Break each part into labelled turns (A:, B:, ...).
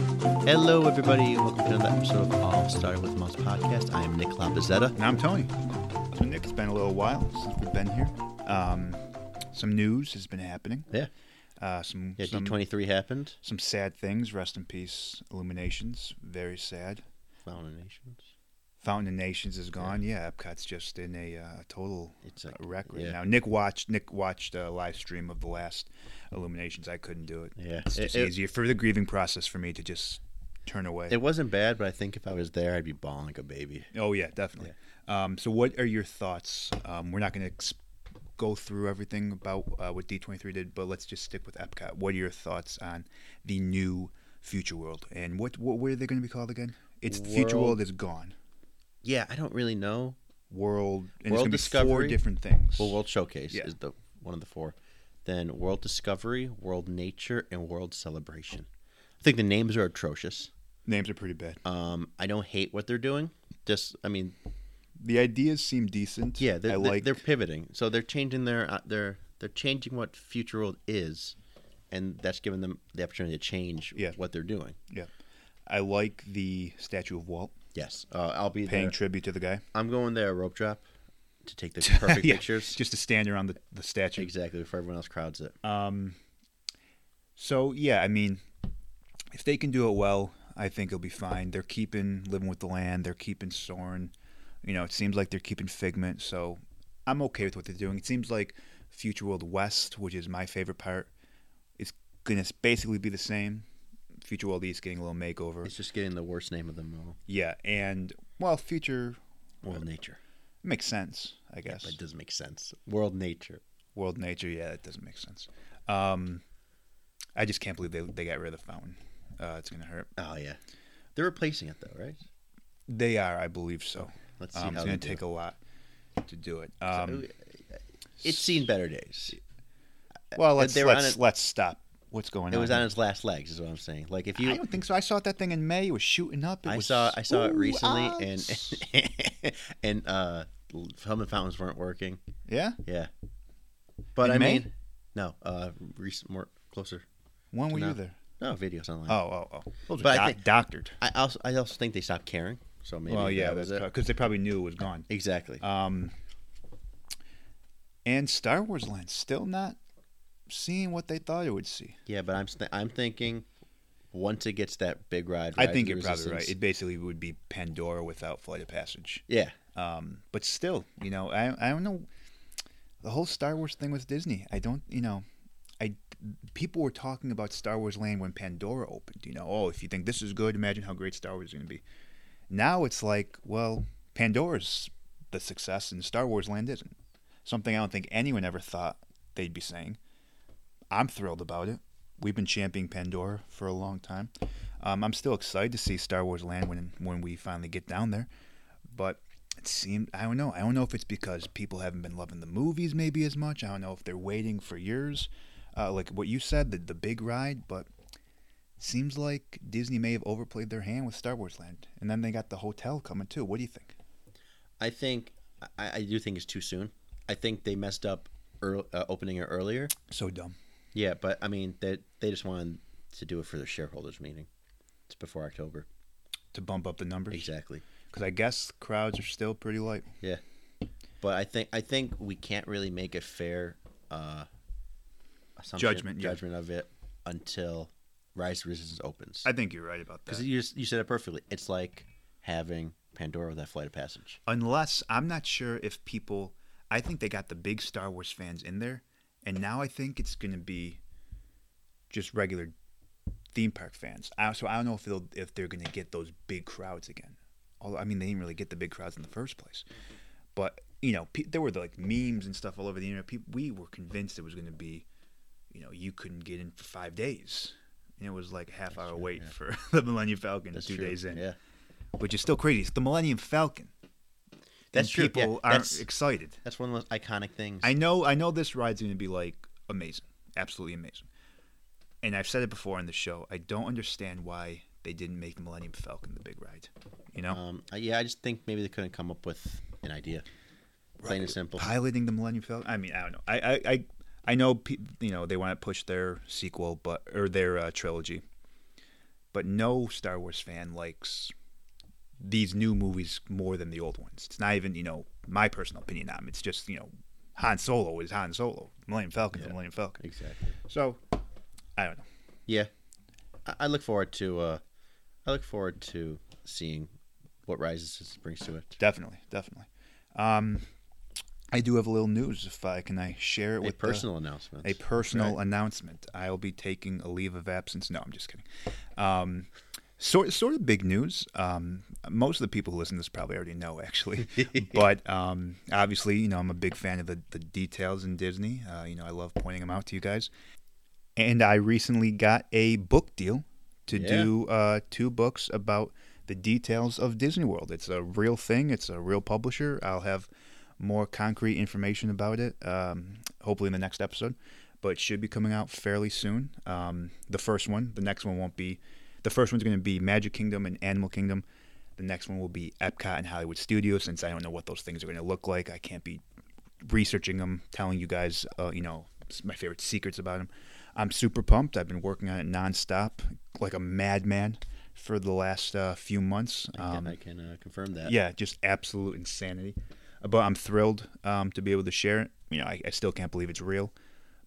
A: Hello, everybody. Welcome to another episode of All Started with Mouse podcast. I am Nick LaPazzetta.
B: And I'm Tony. So Nick, it's been a little while since we've been here. Um, some news has been happening.
A: Yeah,
B: Uh, some
A: yeah. D
B: some,
A: twenty three happened.
B: some sad things. Rest in peace, Illuminations. Very sad.
A: Found a Nations.
B: Fountain of Nations is gone. Yeah, Epcot's just in a uh, total
A: It's like
B: uh, wreck right
A: yeah.
B: now. Nick watched Nick watched a live stream of the last Illuminations. I couldn't do it.
A: Yeah.
B: it's
A: It-
B: just
A: it-
B: easier for the grieving process for me to just turn away.
A: It wasn't bad, but I think if I was there, I'd be bawling like a baby.
B: Oh yeah, definitely. Um, so, what are your thoughts? Um, we're not going to ex- go through everything about uh, what D twenty three did, but let's just stick with Epcot. What are your thoughts on the new Future World and what what, what are they going to be called again? It's the Future
A: World-
B: World is gone.
A: Yeah, I don't really know.
B: World and
A: World
B: it's gonna be four
A: Discovery.
B: different things.
A: Well, World Showcase
B: Yeah.
A: is the one of the four. Then World Discovery, World Nature, and World Celebration. I think the names are atrocious.
B: Names are pretty bad.
A: Um, I don't hate what they're doing. Just, I mean,
B: The ideas seem decent.
A: Yeah, they're,
B: I
A: they're-
B: like.
A: they're pivoting. So they're changing their uh, they're they're changing what Future World is, and that's giving them the opportunity to change
B: Yeah.
A: what they're doing.
B: yeah, I like the statue of Walt
A: Yes, uh, I'll be
B: paying
A: there.
B: tribute to the guy.
A: I'm going there rope drop to take the perfect
B: Yeah,
A: pictures
B: just to stand around the, the statue.
A: exactly before everyone else crowds it.
B: Um, so yeah, I mean, if they can do it well, I think it'll be fine. They're keeping living with the land. They're keeping Soren. You know, it seems like they're keeping Figment. So I'm okay with what they're doing. It seems like Future World West, which is my favorite part, is gonna s- basically be the same. Future World East getting a little makeover.
A: It's just getting the worst name of them all.
B: yeah, and well, Future
A: World Nature.
B: makes sense, I guess.
A: That doesn't make sense. World Nature.
B: World Nature, yeah, that doesn't make sense. Um, I just can't believe they they got rid of the fountain. Uh, it's gonna hurt.
A: Oh yeah, they're replacing it though, right?
B: They are, I believe so.
A: Let's see
B: Um,
A: how
B: it's
A: they
B: going to
A: do.
B: take a lot to do it. Um,
A: it's seen better days.
B: well, let's
A: uh, they were on
B: let's,
A: it-
B: let's stop. What's going on?
A: It was on
B: here?
A: its last legs, is what I'm saying. Like if you
B: I don't think so. I saw that thing in May. It was shooting up. It
A: I
B: was,
A: saw I saw it
B: Ooh,
A: recently,
B: ah, s-
A: and and uh, some of the fountains weren't working.
B: yeah,
A: Yeah, but
B: In
A: I
B: May?
A: mean, no, uh, recent more closer.
B: when were
A: No.
B: you there?
A: No videos online.
B: Oh, oh, oh. Those
A: But
B: but
A: I
B: doc-
A: think-
B: doctored.
A: I also I also think they stopped caring. So maybe
B: well, yeah,
A: that was
B: that's
A: it.
B: because they probably knew it was gone.
A: Exactly.
B: Um, and Star Wars Land still not seeing what they thought it would see.
A: yeah, but I'm st- I'm thinking once it gets that big ride,
B: I
A: Rise
B: think
A: of
B: you're
A: the
B: probably right.
A: Resistance-
B: It basically would be Pandora without Flight of Passage.
A: yeah,
B: Um, but still, you know, I I don't know the whole Star Wars thing with Disney. I don't, you know, I people were talking about Star Wars Land when Pandora opened. You know, oh, if you think this is good, imagine how great Star Wars is going to be. Now it's like, well, Pandora's the success, and Star Wars Land isn't. Something I don't think anyone ever thought they'd be saying. I'm thrilled about it. We've been championing Pandora for a long time. Um, I'm still excited to see Star Wars Land when when we finally get down there, but it seemed I don't know. I don't know if it's because people haven't been loving the movies maybe as much. I don't know if they're waiting for years, uh, like what you said, the the big ride. But it seems like Disney may have overplayed their hand with Star Wars Land, and then they got the hotel coming too. What do you think?
A: I think I, I do think it's too soon. I think they messed up earl uh, opening it earlier.
B: So dumb.
A: Yeah, but I mean they they just wanted to do it for their shareholders meeting. It's before October.
B: To bump up the numbers
A: Exactly.
B: because I guess crowds are still pretty light.
A: Yeah. But I think I think we can't really make a fair uh assumption,
B: Judgment, yeah.
A: judgment of it until Rise of Resistance opens.
B: I think you're right about
A: Because you s- you said it perfectly. It's like having Pandora with that flight of passage.
B: unless I'm not sure if people. I think they got the big Star Wars fans in there, and now I think it's going to be just regular theme park fans. I, so I don't know if they'll if they're going to get those big crowds again. Although I mean, they didn't really get the big crowds in the first place, but you know, pe- there were like memes and stuff all over the internet. People, we were convinced it was going to be, you know, you couldn't get in for five days. And it was like a half hour wait for the Millennium Falcon
A: That's
B: two
A: true.
B: days in,
A: Yeah.
B: which is still crazy. It's the Millennium Falcon
A: That's
B: and
A: true.
B: people
A: yeah,
B: aren't
A: that's,
B: excited.
A: that's one of those iconic things.
B: I know I know this ride's going to be like amazing, absolutely amazing. And I've said it before on the show. I don't understand why they didn't make Millennium Falcon the big ride. You know,
A: um, I- yeah, I just think maybe they couldn't come up with an idea. Plain and simple.
B: piloting the Millennium Falcon. I mean, I don't know. I I I, I know pe- you know they want to push their sequel, but or their uh, trilogy. but no Star Wars fan likes these new movies more than the old ones. It's not even you know my personal opinion on them. It's just you know Han Solo is Han Solo, Millennium Falcon, is
A: Yeah.
B: Millennium Falcon.
A: Exactly.
B: So I don't know.
A: Yeah, I, I look forward to. Uh, I look forward to seeing what rises Is- brings to it.
B: Definitely, definitely. Um, I do have a little news. If I can, I share it
A: A
B: with the-
A: personal announcement.
B: a personal announcement. I'll be taking a leave of absence. No, I'm just kidding. Um, sort sort of big news. Um, most of the people who listen to this probably already know, actually. but um, obviously, you know, I'm a big fan of the, the details in Disney. Uh, you know, I love pointing them out to you guys. And I recently got a book deal to
A: Yeah.
B: do uh, two books about the details of Disney World. It's a real thing. It's a real publisher. I'll have more concrete information about it, um, hopefully in the next episode. But it should be coming out fairly soon. Um, the first one, the next one won't be. The first one's going to be Magic Kingdom and Animal Kingdom. The next one will be Epcot and Hollywood Studios. Since I don't know what those things are going to look like, I can't be researching them, telling you guys, uh, you know, s- my favorite secrets about them. I'm super pumped. I've been working on it nonstop, like a madman, for the last uh, few months.
A: I can,
B: Um,
A: I can uh, confirm that.
B: yeah, just absolute insanity. But I'm thrilled um, to be able to share it. You know, I, I still can't believe it's real,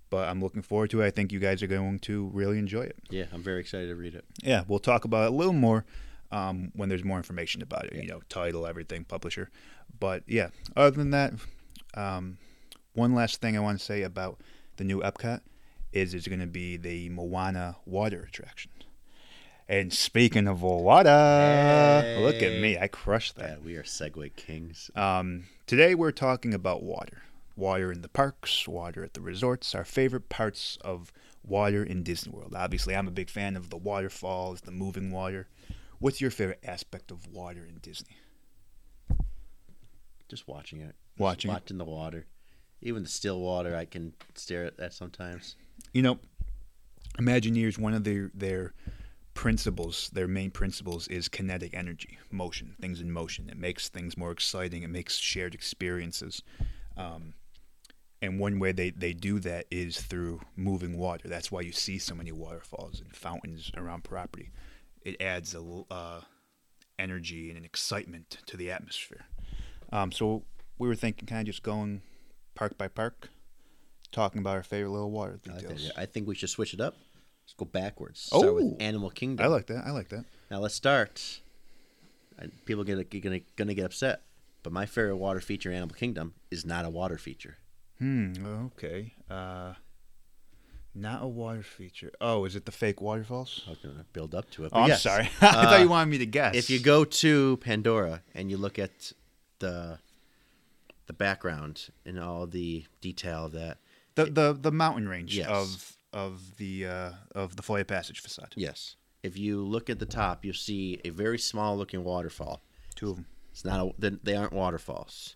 B: but I'm looking forward to it. I think you guys are going to really enjoy it.
A: Yeah, I'm very excited to read it.
B: Yeah, we'll talk about it a little more um, when there's more information about it. You know, title, everything, publisher. But yeah, other than that, um, one last thing I want to say about the new Epcot is it's going to be the Moana water attraction. And speaking of water, look at
A: Hey.
B: me, I crushed that.
A: Yeah, Uh, we are Segway kings.
B: Um, today we're talking about water. Water in the parks, water at the resorts, our favorite parts of water in Disney World. Obviously, I'm a big fan of the waterfalls, the moving water. What's your favorite aspect of water in Disney?
A: Just watching it. Just
B: Watching it.
A: watching the water. Even the still water, I can stare at that sometimes.
B: You know, Imagineers, one of their, their principles, their main principles is kinetic energy, motion, things in motion. It makes things more exciting, it makes shared experiences. Um, and one way they, they do that is through moving water. That's why you see so many waterfalls and fountains around property. It adds a l- uh, energy and an excitement to the atmosphere. Um, so we were thinking, kind of just going park by park, talking about our favorite little water
A: I like that
B: details.
A: idea. I think we should switch it up. Let's go backwards. Start
B: Oh.
A: with Animal Kingdom.
B: I like that. I like that.
A: Now let's start. And People get gonna gonna get upset, but my favorite water feature, in Animal Kingdom, is not a water feature.
B: Hmm. Okay. Uh, not a water feature. Oh, is it the fake waterfalls?
A: I was gonna build up to it.
B: Oh,
A: but
B: I'm
A: Oh, yes. Uh,
B: sorry. I thought you wanted me to guess.
A: If you go to Pandora and you look at the the background and all the detail of that,
B: the the, the mountain range
A: Yes.
B: of of the uh, of the Foyer Passage facade.
A: yes, if you look at the top, you'll see a very small looking waterfall.
B: Two of them.
A: It's not a, they- they aren't waterfalls.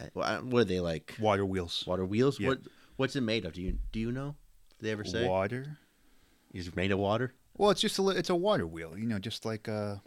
A: Uh, well, I- What are they like?
B: Water wheels.
A: Water wheels?
B: Yeah.
A: What what's it made of? Do you do you know? Do they ever say?
B: Water.
A: Is it made of water?
B: Well, it's just a li- it's a water wheel. You know, just like a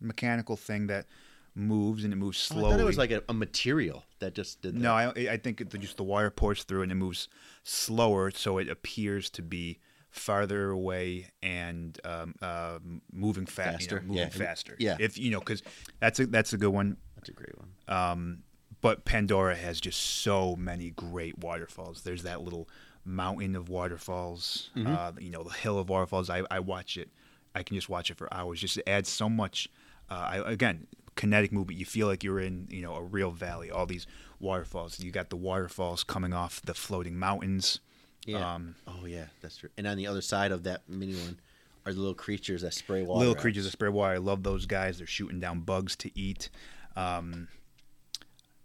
B: mechanical thing that moves and it moves
A: Oh,
B: slowly.
A: I thought it was like a, a material that just did that.
B: No, I, I think it, just the wire pours through and it moves slower, so it appears to be farther away and um, uh, moving fa- you know,
A: Faster,
B: moving
A: yeah.
B: faster.
A: Yeah.
B: if you know, because that's a that's a good one.
A: That's a great one.
B: Um, but Pandora has just so many great waterfalls. There's that little mountain of waterfalls. Uh, you know, the hill of waterfalls. I, I watch it. I can just watch it for hours. Just it adds so much. Uh, I, again, kinetic movement. You feel like you're in you know a real valley. All these waterfalls. You got the waterfalls coming off the floating mountains.
A: Yeah.
B: Um,
A: oh yeah, that's true. And on the other side of that mini one are the little creatures that spray water.
B: Little
A: out.
B: creatures of spray water. I love those guys. They're shooting down bugs to eat. Um,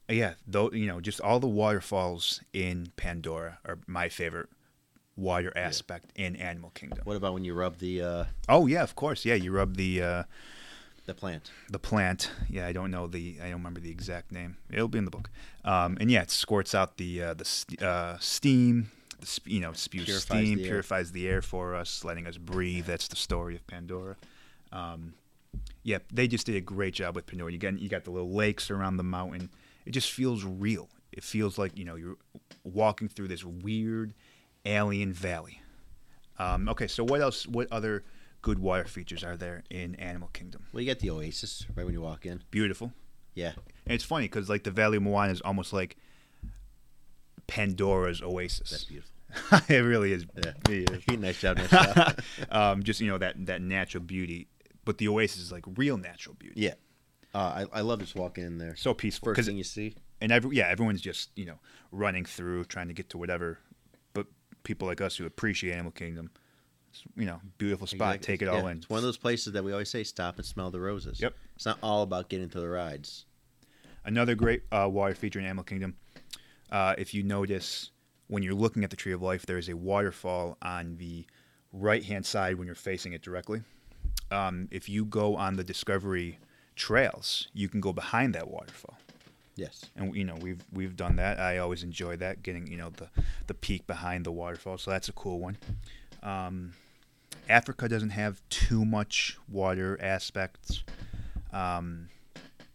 B: yeah, though you know, just all the waterfalls in Pandora are my favorite water aspect in Animal Kingdom.
A: What about when you rub the uh,
B: Oh yeah, of course. Yeah, you rub the uh,
A: the plant?
B: the plant. Yeah, I don't know the I don't remember the exact name. It'll be in the book. Um, and yeah, it squirts out the uh, the st- uh, steam. The sp- you know, spews
A: Purifies
B: steam,
A: the air.
B: purifies the air for us, letting us breathe. That's the story of Pandora. Um, yeah, they just did a great job with Pandora. You got you got the little lakes around the mountain. It just feels real. It feels like you know you're walking through this weird alien valley. Um, okay, so what else? What other good water features are there in Animal Kingdom.
A: Well, you get the oasis right when you walk in.
B: Beautiful.
A: Yeah.
B: And it's funny because like the Valley of Moana is almost like Pandora's
A: That's
B: oasis.
A: beautiful.
B: it really is.
A: Yeah.
B: It is.
A: nice job. Nice job.
B: um, just you know that that natural beauty, but the oasis is like real natural beauty.
A: yeah. Uh, I, I love just walking in there.
B: So peaceful.
A: First
B: 'cause-
A: thing you see.
B: and every, yeah, everyone's just you know running through trying to get to whatever. But people like us who appreciate Animal Kingdom, it's, you know, beautiful spot.
A: Exactly.
B: Take it all
A: Yeah,
B: in.
A: It's one of those places that we always say stop and smell the roses.
B: Yep.
A: It's not all about getting to the rides.
B: Another great uh, water feature in Animal Kingdom. Uh, if you notice, when you're looking at the Tree of Life, there is a waterfall on the right hand side when you're facing it directly. Um, if you go on the Discovery trails, you can go behind that waterfall.
A: Yes.
B: And you know we've we've done that. I always enjoy that getting you know the the peak behind the waterfall. So that's a cool one. Um, Africa doesn't have too much water aspects. Um,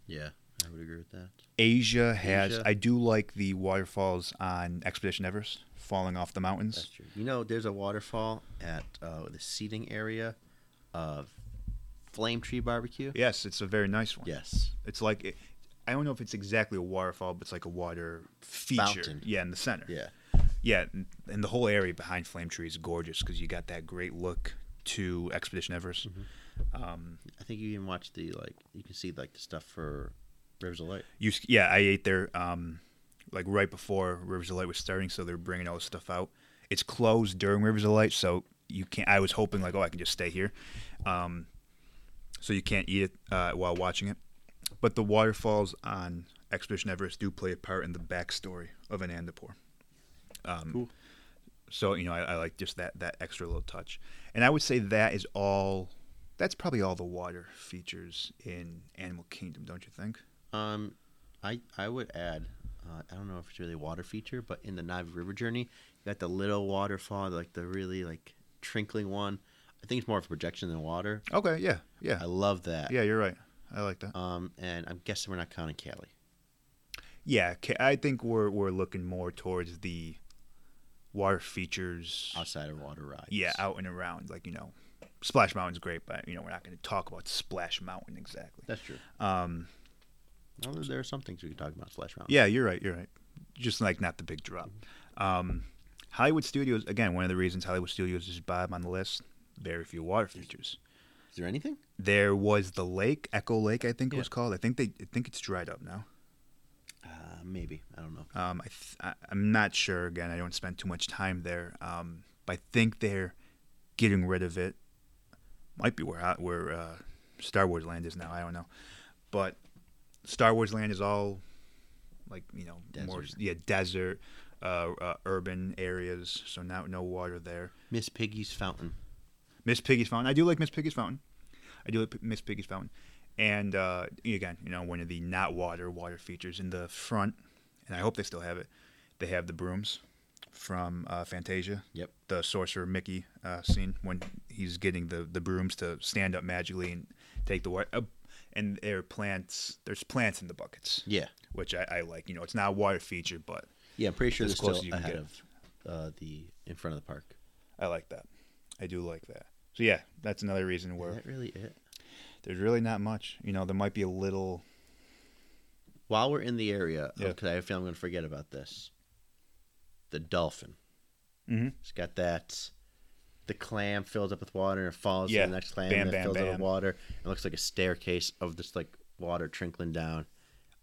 A: Yeah. I would agree with that.
B: Asia has.
A: Asia.
B: I do like the waterfalls on Expedition Everest, falling off the
A: That's
B: mountains.
A: true. You know, there's a waterfall at uh, the seating area of Flame Tree Barbecue.
B: Yes, it's a very nice one.
A: Yes.
B: It's like it, I don't know if it's exactly a waterfall, but it's like a water feature.
A: Fountain.
B: Yeah, in the center.
A: Yeah.
B: Yeah, and- and the whole area behind Flame Tree is gorgeous because you got that great look to Expedition Everest.
A: Mm-hmm.
B: Um,
A: I think you even watch the like. You can see like the stuff for Rivers of Light.
B: you s- yeah, I ate there um, like right before Rivers of Light was starting, so they're bringing all this stuff out. It's closed during Rivers of Light, so you can't. I was hoping like, oh, I can just stay here, um, so you can't eat it uh, while watching it. But the waterfalls on Expedition Everest do play a part in the backstory of Anandapur. Um,
A: Cool.
B: So you know, I, I like just that that extra little touch, and I would say that is all. That's probably all the water features in Animal Kingdom, don't you think?
A: Um, I I would add. Uh, I don't know if it's really a water feature, but in the Navi River journey, you got the little waterfall, like the really like trickling one. I think it's more of a projection than water.
B: Okay, yeah, yeah,
A: I love that.
B: yeah. You're right. I like that.
A: Um, and I'm guessing we're not counting Cali.
B: Yeah, ca- I think we're we're looking more towards the water features.
A: outside of water rides.
B: Yeah, out and around, like you know, Splash Mountain's great, but you know we're not going to talk about Splash Mountain exactly.
A: that's true.
B: Um,
A: Well, there- there are some things we can talk about Splash Mountain.
B: yeah, you're right. You're right. Just like not the big drop. Um, Hollywood Studios again. One of the reasons Hollywood Studios is bottom on the list. Very few water features.
A: Is there anything?
B: There was the lake, Echo Lake, I think it
A: Yeah.
B: was called. I think they, I think it's dried up now.
A: Uh, maybe I don't know.
B: Um, I th- I, I'm not sure. Again, I don't spend too much time there. Um, but I think they're getting rid of it. Might be where I- where uh, Star Wars Land is now. I don't know. But Star Wars Land is all like you know more
A: Desert.
B: yeah desert, uh, uh, urban areas. So now no water there.
A: Miss Piggy's Fountain.
B: Miss Piggy's Fountain. I do like Miss Piggy's Fountain. I do like P- Miss Piggy's Fountain. And uh, again, you know, one of the not water water features in the front, and I hope they still have it. They have the brooms from uh, Fantasia.
A: Yep.
B: The sorcerer Mickey uh, scene when he's getting the, the brooms to stand up magically and take the water. Uh, and there are plants. There's plants in the buckets,
A: Yeah,
B: which I, I like. You know, it's not a water feature, but
A: yeah. I'm pretty sure
B: As
A: they're
B: close
A: still
B: as you can
A: ahead
B: get.
A: of uh, the in front of the park.
B: I like that. I do like that. So yeah, that's another reason where
A: Is that really it?
B: there's really not much. You know, there might be a little
A: While we're in the area,
B: Yeah.
A: because I feel I'm going to forget about this. The dolphin.
B: Mhm.
A: It's got that. The clam fills up with water and it falls
B: Yeah.
A: to the next clam
B: Bam,
A: and it
B: bam,
A: fills up with
B: bam.
A: water. It looks like a staircase of this like water trickling down.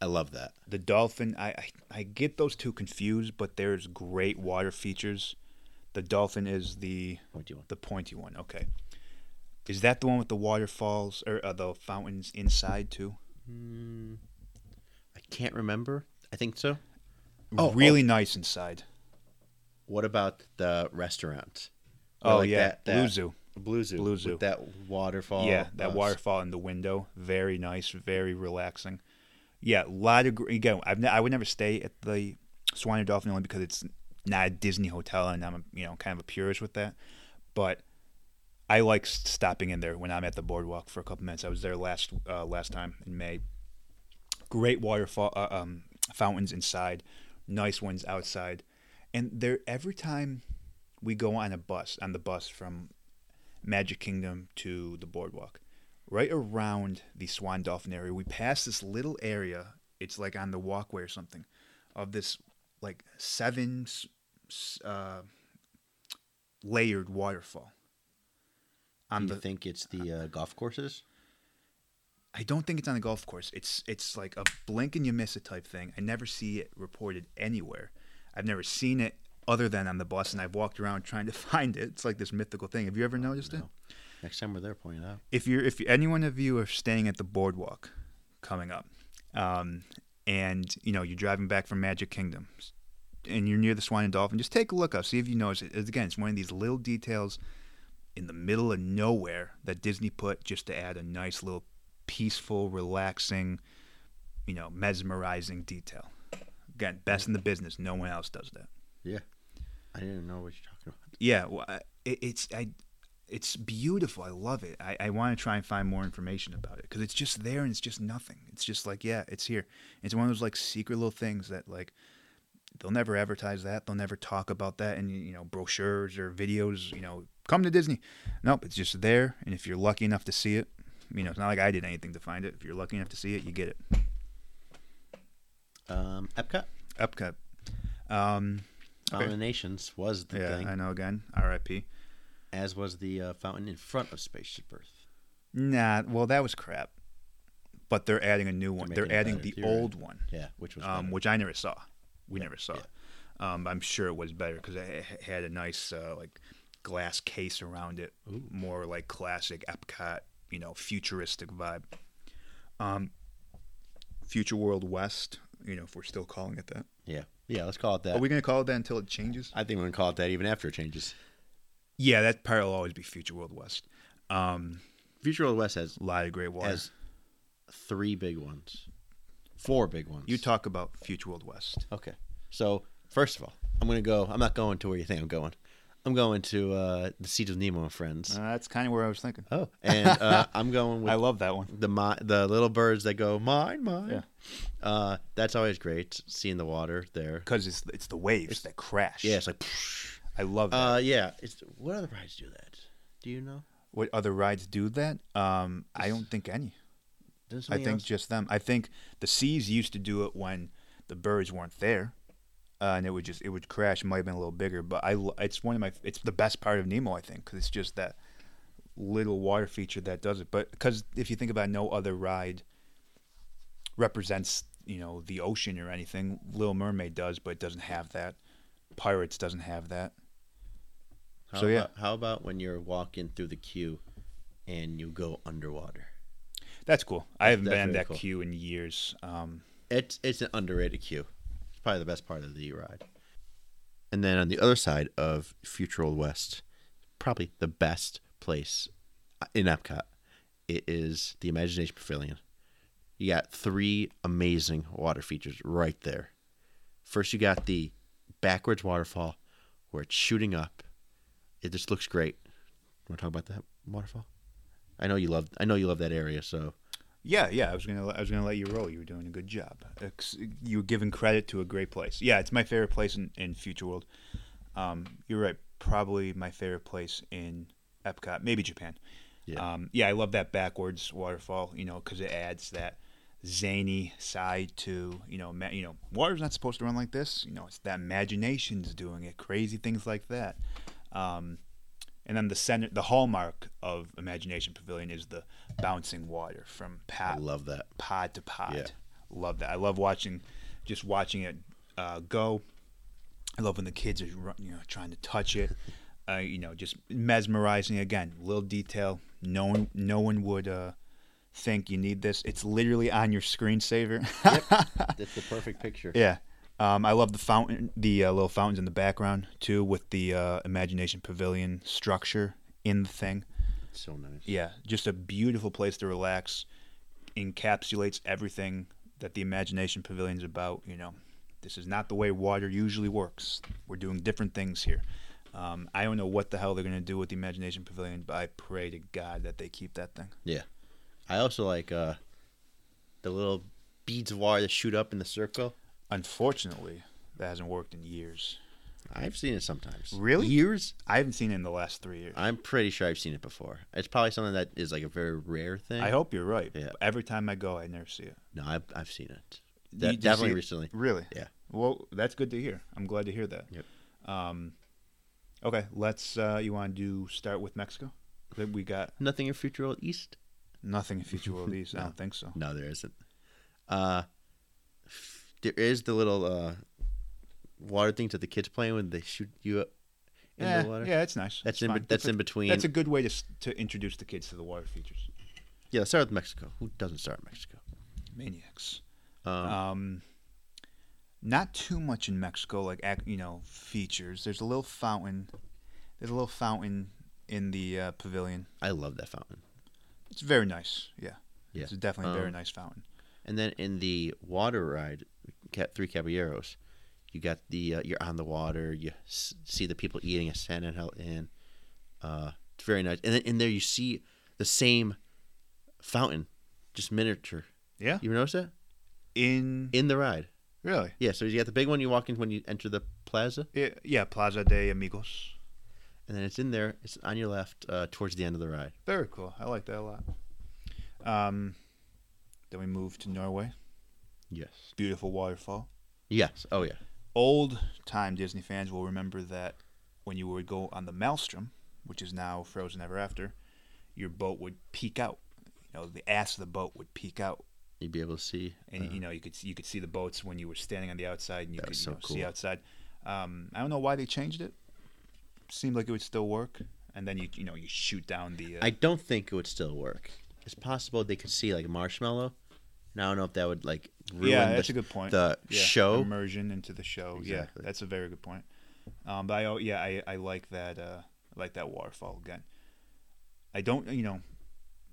A: I love that.
B: the dolphin. I, I I get those two confused, but there's great water features. The dolphin is the
A: What do you want?
B: the pointy one. Okay, is that the one with the waterfalls or uh, the fountains inside too?
A: Mm, I can't remember. I think so. Oh,
B: really nice inside.
A: What about the restaurant? Or
B: Oh
A: like
B: yeah,
A: that- that-
B: Blue Zoo.
A: Blue Zoo.
B: Blue
A: with
B: Zoo.
A: that waterfall.
B: yeah, that
A: uh,
B: waterfall in the window. Very nice. Very relaxing. Yeah, a lot of gr- again. I've ne- I would never stay at the Swan and Dolphin only because it's not a Disney hotel, and I'm a, you know kind of a purist with that. But I like s- stopping in there when I'm at the boardwalk for a couple minutes. I was there last uh, last time in May. Great waterfall uh, um, fountains inside, nice ones outside, and there every time we go on a bus on the bus from Magic Kingdom to the boardwalk. Right around the Swan Dolphin area, we pass this little area. It's like on the walkway or something, of this like seven s- s- uh, layered waterfall. On
A: Do
B: the
A: you think it's the uh, golf courses?
B: I don't think it's on the golf course. It's it's like a blink and you miss it type thing. I never see it reported anywhere. I've never seen it other than on the bus, and I've walked around trying to find it. It's like this mythical thing. Have you ever noticed it?
A: no. Next time we're there, point it out.
B: if you're if anyone of you are staying at the boardwalk coming up um, and you know you're driving back from magic kingdom and you're near the swan and dolphin just take a look up see if you notice it again it's one of these little details in the middle of nowhere that disney put just to add a nice little peaceful relaxing you know mesmerizing detail again best in the business no one else does that
A: I didn't know what you're talking about.
B: yeah, well, I- it, it's I, it's beautiful. I love it. I, I want to try and find more information about it because it's just there and it's just nothing. It's just like yeah, it's here. It's one of those like secret little things that like they'll never advertise that. They'll never talk about that in you know brochures or videos. You know, come to Disney. Nope, it's just there. And if you're lucky enough to see it, you know, it's not like I did anything to find it. If you're lucky enough to see it, you get it.
A: Um, Epcot
B: Epcot. Um, Okay.
A: Abominations was the
B: yeah,
A: thing,
B: I know. Again, R.I.P.
A: as was the uh, fountain in front of Spaceship Earth.
B: Nah, well, that was crap. But they're adding a new one.
A: making it
B: They're adding
A: better.
B: the
A: You're right.
B: old one,
A: Yeah, which was
B: um,
A: better.
B: which I never saw. We
A: Yeah,
B: never saw.
A: yeah.
B: it. Um, I'm sure it was better because it ha- had a nice uh, like glass case around it,
A: Ooh.
B: more like classic Epcot, you know, futuristic vibe. Um, Future World West, you know, if we're still calling it that.
A: yeah, yeah. Let's call it that.
B: Are we gonna call it that until it changes?
A: I think we're gonna call it that even after it changes.
B: Yeah, that part will always be Future World West. Um,
A: Future World West has
B: a lot of great waters.
A: has three big ones, four big ones.
B: You talk about Future World West.
A: Okay. So first of all, I'm gonna go. I'm not going to where you think I'm going. I'm going to uh, the Seat of Nemo and Friends.
B: Uh, that's kind of where I was thinking.
A: oh, and uh, I'm going with
B: I love that one.
A: the mi- the little birds that go mine, mine.
B: Yeah.
A: Uh, that's always great seeing the water there.
B: Because it's it's the waves that crash.
A: Yeah, it's like.
B: I love that.
A: Uh, yeah. It's what other rides do that? Do you know?
B: what other rides do that? Um, I don't think any.
A: Does
B: I
A: something
B: think
A: else?
B: just them. I think the seas used to do it when the birds weren't there, uh, and it would just it would crash. Might have been a little bigger, but I lo- it's one of my it's the best part of Nemo. I think because it's just that little water feature that does it. But because if you think about it, no other ride represents you know the ocean or anything. Little Mermaid does, but it doesn't have that. Pirates doesn't have that.
A: How
B: so, yeah.
A: about- how about when you're walking through the queue, and you go underwater?
B: That's cool. I haven't been in
A: definitely
B: that
A: cool.
B: queue in years. Um,
A: It's it's an underrated queue. It's probably the best part of the ride. And then on the other side of Future Old West, probably the best place uh, in Epcot, it is the Imagination Pavilion. You got three amazing water features right there. First, you got the backwards waterfall where it's shooting up. It just looks great. Want to talk about that waterfall? I know you love. I know you love that area. So
B: yeah, yeah. I was gonna I was gonna let you roll. You were doing a good job. Ex- You were giving credit to a great place. Yeah, it's my favorite place in, in Future World. Um, you're right. Probably my favorite place in Epcot. Maybe Japan.
A: Yeah.
B: Um, yeah, I love that backwards waterfall. You know, because it adds that zany side to you know ma- you know water's not supposed to run like this. You know, it's that imagination's doing it. Crazy things like that. Um, And then the center, the hallmark of Imagination Pavilion is the bouncing water from
A: I
B: pad,
A: love that.
B: pod to pod.
A: Yeah.
B: Love that. I love watching, just watching it uh, go. I love when the kids are ru- you know trying to touch it. Uh, you know, just mesmerizing again. Little detail. No one, no one would uh, think you need this. It's literally on your screensaver.
A: That's the perfect picture.
B: Yeah. Um, I love the fountain, the uh, little fountains in the background too, with the uh, imagination pavilion structure in the thing.
A: It's so nice.
B: Yeah, just a beautiful place to relax. Encapsulates everything that the imagination pavilion's about. You know, this is not the way water usually works. We're doing different things here. Um, I don't know what the hell they're gonna do with the imagination pavilion, but I pray to God that they keep that thing.
A: Yeah. I also like uh the little beads of wire that shoot up in the circle.
B: Unfortunately, that hasn't worked in years.
A: I've seen it sometimes.
B: Really?
A: Years?
B: I haven't seen it in the last three years.
A: I'm pretty sure I've seen it before. It's probably something that is like a very rare thing.
B: I hope you're right.
A: Yeah.
B: Every time I go, I never see it.
A: No, I've, I've seen it.
B: You-
A: De-
B: you see
A: definitely
B: it?
A: recently.
B: Really?
A: Yeah.
B: Well, that's good to hear. I'm glad to hear that.
A: Yep.
B: Um, okay, let's. Uh, you want to do start with Mexico? That we got
A: Nothing in Future World East?
B: nothing in future world East. I
A: No.
B: don't think so.
A: No, there isn't. Uh, there is the little uh, water things that the kids playing when they shoot you up in
B: yeah,
A: the water.
B: yeah, it's nice.
A: That's
B: It's
A: in,
B: fine.
A: be- that's
B: a-
A: in between.
B: That's a good way to s- to introduce the kids to the water features.
A: yeah, let's start with Mexico. Who doesn't start with Mexico?
B: Maniacs.
A: Um,
B: Um, not too much in Mexico, like ac- you know, features. There's a little fountain. There's a little fountain in the uh, pavilion.
A: I love that fountain.
B: It's very nice. Yeah.
A: Yeah.
B: It's definitely a very
A: Um,
B: nice fountain.
A: And then in the water ride, Ca- Three Caballeros, you got the uh, you're on the water. You s- see the people eating a San Angel Inn. Uh, it's very nice. And then in there you see the same fountain, just miniature.
B: Yeah.
A: You ever notice that
B: In
A: in the ride?
B: really.
A: Yeah. So you got the big one you walk in when you enter the plaza,
B: Yeah, yeah, Plaza de Amigos.
A: and then it's in there. It's on your left uh, towards the end of the ride.
B: Very cool. I like that a lot. Um, then we move to Norway.
A: Yes.
B: Beautiful waterfall.
A: Yes. Oh yeah.
B: Old time Disney fans will remember that when you would go on the Maelstrom, which is now Frozen Ever After, your boat would peek out. You know, the ass of the boat would peek out,
A: You'd be able to see.
B: and
A: uh,
B: you know you could see, you could see the boats when you were standing on the outside, and you
A: That
B: could
A: was so
B: you know, see
A: cool.
B: outside. Um, I don't know why they changed it. Seemed like it would still work, and then you you know you shoot down the. Uh,
A: I don't think it would still work. It's possible they could see like marshmallow, and I don't know if that would like ruin
B: yeah,
A: the,
B: that's a good point.
A: the
B: Yeah,
A: show.
B: immersion into the show.
A: Exactly.
B: Yeah, that's a very good point. Um, but I al- yeah, I, I like that uh, I like that waterfall again. I don't you know,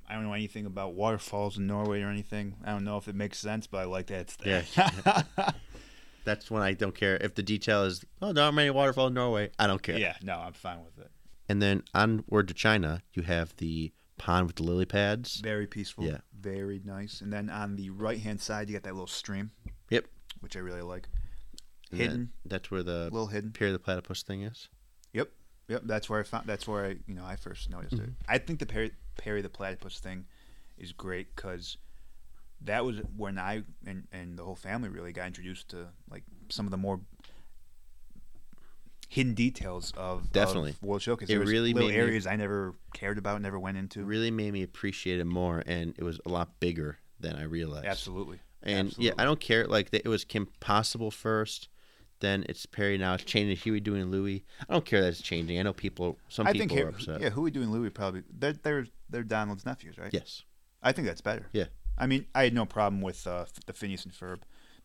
B: I don't know anything about waterfalls in Norway or anything. I don't know if it makes sense, but I like that it's there. Yeah,
A: That's when I don't care if the detail is oh there aren't many waterfalls in Norway. I don't care.
B: no, I'm fine with it.
A: And then onward to China, you have the pond with the lily pads.
B: Very peaceful.
A: Yeah.
B: very nice. And then on the right hand side, you got that little stream.
A: Yep.
B: which I really like.
A: And that-
B: Hidden,
A: that's where
B: a
A: the
B: little hidden.
A: Pier of the Platypus thing is.
B: Yep, yep. That's where I found. That's where I, you know, I first noticed
A: Mm-hmm.
B: it. I think the Perry, Perry the Platypus thing is great because that was when I and and the whole family really got introduced to like some of the more hidden details of
A: Definitely.
B: of World Showcase.
A: It
B: There was
A: really
B: little
A: made me-
B: areas I never cared about, never went
A: It
B: into.
A: really made me appreciate it more, and it was a lot bigger than I realized.
B: Absolutely.
A: And yeah,
B: Absolutely.
A: I don't care. Like it was Kim Possible first, then it's Perry. Now it's changing. Huey, doing Louie. I don't care that it's changing. I know people. Some
B: I
A: people
B: think Har-
A: are upset.
B: yeah, who we doing Louis probably they're they're they're Donald's nephews, right?
A: Yes.
B: I think that's better.
A: Yeah.
B: I mean, I had no problem with uh, f- the Phineas and Ferb,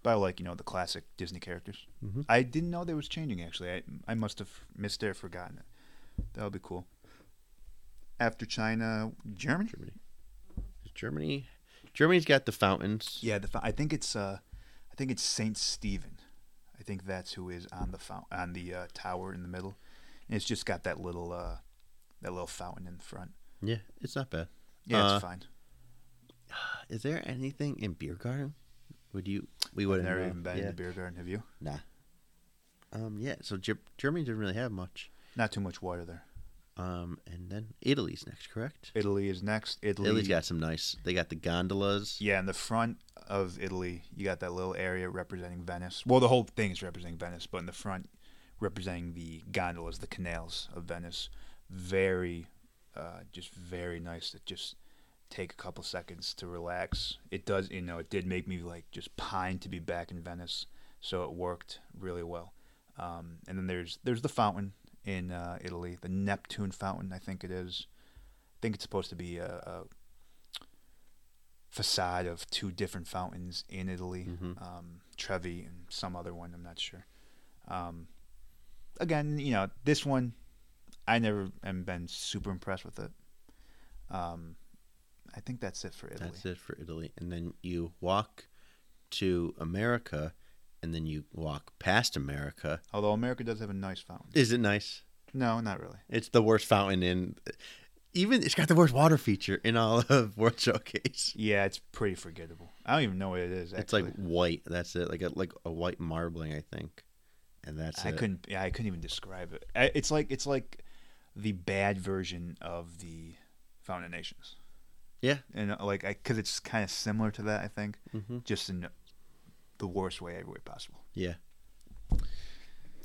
B: but I like you know the classic Disney characters.
A: Mhm.
B: I didn't know they was changing actually. I I must have missed it or forgotten it. That would be cool. After China, Germany.
A: Germany. Is Germany. Germany's got the fountains.
B: Yeah, the fou- I think it's uh, I think it's Saint Stephen. I think that's who is on the fount- on the uh, tower in the middle, and it's just got that little uh, that little fountain in the front.
A: Yeah, it's not bad.
B: Yeah,
A: Uh,
B: it's fine.
A: Is there anything in Beer Garden? Would you? We wouldn't.
B: Never
A: know.
B: even been
A: uh, yeah.
B: in the beer garden, have you?
A: Nah. Um. Yeah. So Ger- Germany didn't really have much.
B: Not too much water there.
A: Um. And then Italy's next, correct?
B: Italy is next. Italy.
A: Italy's got some nice. They got the gondolas.
B: Yeah, in the front of Italy, you got that little area representing Venice. Well, the whole thing is representing Venice, but in the front, representing the gondolas, the canals of Venice. Very, uh, just very nice to just take a couple seconds to relax. It does, you know, it did make me like just pine to be back in Venice, so it worked really well. Um, and then there's there's the fountain in uh, Italy, the Neptune fountain, I think it is. I think it's supposed to be a, a facade of two different fountains in Italy,
A: Mhm.
B: um, Trevi and some other one. I'm not sure. Um, again, you know, this one, I never am been super impressed with it. Um, I think that's it for Italy.
A: That's it for Italy. And then you walk to America, and then you walk past America.
B: Although America does have a nice fountain.
A: Is it nice?
B: No, not really.
A: It's the worst fountain in. Even it's got the worst water feature in all of World Showcase.
B: Yeah, it's pretty forgettable. I don't even know what it is.
A: It's
B: Actually.
A: like white. That's it. Like a like a white marbling, I think. and that's
B: I
A: it.
B: couldn't. Yeah, I couldn't even describe it. I, it's like it's like the bad version of the Founded Nations.
A: Yeah.
B: and uh, like I because it's kind of similar to that. I think
A: Mhm.
B: just in the worst way every way possible.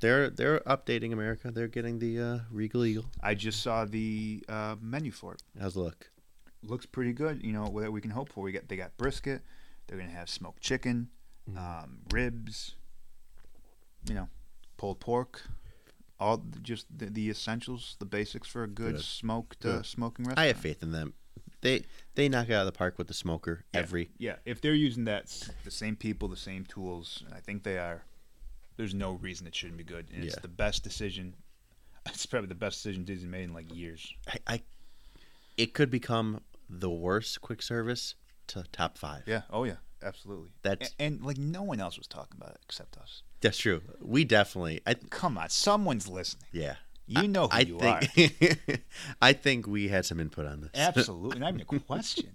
A: They're they're updating America. They're getting the uh, Regal Eagle.
B: I
A: Mm-hmm.
B: just saw the uh, menu for it.
A: How's it look?
B: Looks pretty good. You know what we can hope for. We got they got brisket. They're gonna have smoked chicken,
A: Mhm.
B: um, ribs. You know, pulled pork. All the, just the, the essentials, the basics for a good
A: Good.
B: smoked Uh,
A: Good.
B: smoking restaurant.
A: I have faith in them. They they knock it out of the park with the smoker
B: Yeah.
A: every.
B: Yeah, if they're using that, s- the same people, the same tools, and I think they are. There's no reason it shouldn't be good, and it's
A: Yeah.
B: the best decision. It's probably the best decision Disney made in like years.
A: I, I it could become the worst quick service to top five.
B: Yeah. Oh yeah. Absolutely.
A: That's-
B: and, and like no one else was talking about it except us.
A: That's true. We definitely. I
B: Come on, someone's listening.
A: yeah.
B: You know who
A: I
B: you are.
A: think I think we had some input on this.
B: Absolutely. Not even a question.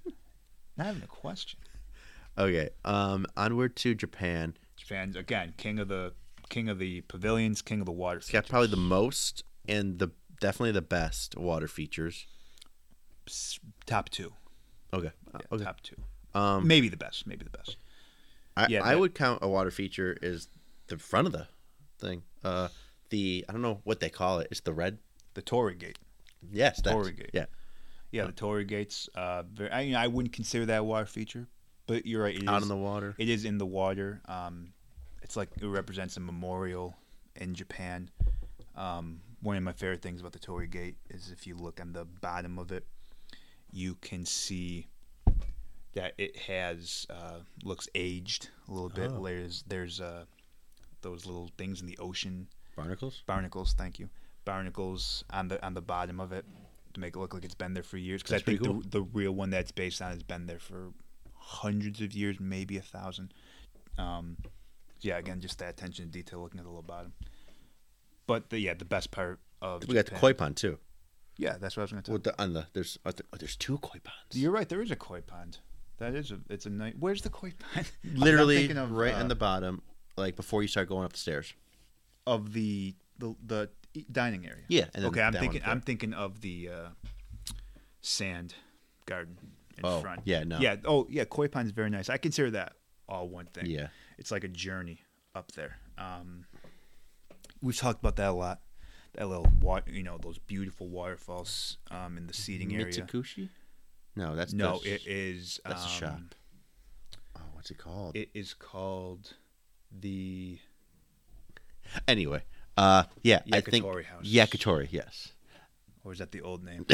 B: Not even a question.
A: okay. Um. Onward to Japan.
B: Japan's again king of the king of the pavilions, king of the water.
A: It's got probably the most and the definitely the best water features.
B: features. top two.
A: Okay. Uh,
B: Yeah,
A: okay.
B: Top two.
A: Um,
B: Maybe the best. Maybe the best.
A: I,
B: yeah,
A: I
B: that-
A: would count a water feature is the front of the thing. Uh, the I don't know what they call it. It's the red.
B: The Tory Gate.
A: Yes, that's
B: Torii gate.
A: yeah.
B: Yeah, the Torii gates. Uh, very, I, you know, I wouldn't consider that a water feature, but you're right. It is
A: Out in the water.
B: It is in the water. Um, it's like it represents a memorial in Japan. Um, one of my favorite things about the Torii Gate is if you look on the bottom of it, you can see that it has uh, looks aged a little bit.
A: Oh.
B: There's there's uh, those little things in the ocean
A: Barnacles.
B: barnacles. Thank you, barnacles on the on the bottom of it to make it look like it's been there for years. Because I
A: That's pretty
B: think the, the real one that's based on has been there for hundreds of years, maybe a thousand. Um, yeah, again, just that attention to detail, looking at the little bottom. But the, yeah, the best part of
A: We got the
B: Japan-
A: koi pond too.
B: Yeah, that's what I was going to tell.
A: Well, the, on the there's are there- oh, there's two koi ponds.
B: You're right. There is a koi pond. That is a. It's a night. Where's the koi pond? I'm
A: Literally
B: thinking of,
A: right
B: uh,
A: on the bottom, like before you start going up the stairs.
B: of the the, the e- dining area.
A: Yeah, and then
B: okay, I'm
A: that one,
B: thinking
A: yeah.
B: I'm thinking of the uh, sand garden in
A: Oh,
B: front.
A: yeah, no.
B: Yeah. Oh, yeah. Koi pond's very nice. I consider that all one thing.
A: Yeah.
B: It's like a journey up there. Um, we've talked about that a lot. That little water, you know, those beautiful waterfalls um, in the seating
A: Mm-hmm.
B: area.
A: Mitsukushi. No, that's
B: No,
A: that's-
B: it is.
A: that's a
B: um,
A: shop. Oh, what's it called?
B: It is called the.
A: anyway, uh, yeah, I think
B: Yakitori houses.
A: Yakitori. Yes,
B: Or is that the old name?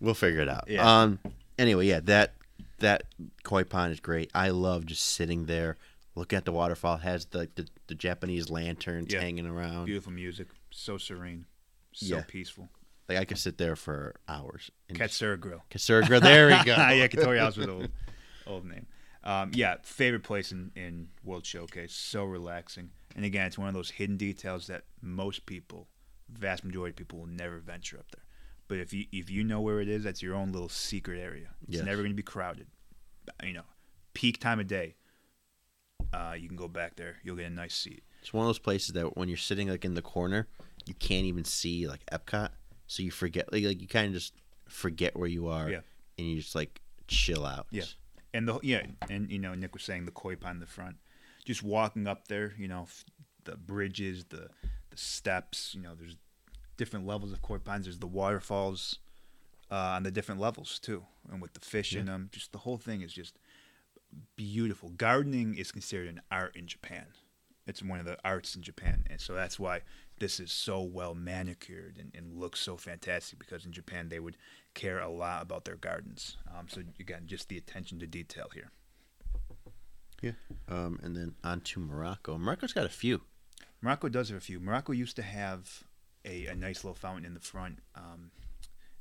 A: we'll figure it out.
B: Yeah.
A: Um. Anyway, yeah, that that koi pond is great. I love just sitting there, looking at the waterfall. Has the the, the Japanese lanterns
B: Yeah.
A: hanging around.
B: Beautiful music, so serene, so
A: Yeah.
B: peaceful.
A: Like I could sit there for hours. and just-
B: Katsura Grill.
A: Kasurga. There we go.
B: yeah, Katori House was old, old name. Um, yeah, favorite place in, in World Showcase. So relaxing. And again, it's one of those hidden details that most people, vast majority of people, will never venture up there. But if you if you know where it is, that's your own little secret area. It's
A: Yes.
B: never going to be crowded. You know, peak time of day. Uh, you can go back there. You'll get a nice seat.
A: It's one of those places that when you're sitting like in the corner, you can't even see like Epcot, so you forget like, like you kind of just forget where you are,
B: Yeah.
A: and you just like chill out.
B: Yeah, and the yeah, and you know Nick was saying the koi pond in the front, just walking up there, you know, f- the bridges, the the steps, you know, there's different levels of koi ponds. There's the waterfalls uh, on the different levels too, and with the fish in them, just the whole thing is just beautiful. Gardening is considered an art in Japan. It's one of the arts in Japan, and so that's why this is so well manicured and, and looks so fantastic. Because in Japan, they would care a lot about their gardens. Um, so again, just the attention to detail here.
A: Yeah. Um, and then on to Morocco. Morocco's got a few.
B: Morocco does have a few. Morocco used to have a, a nice little fountain in the front. Um,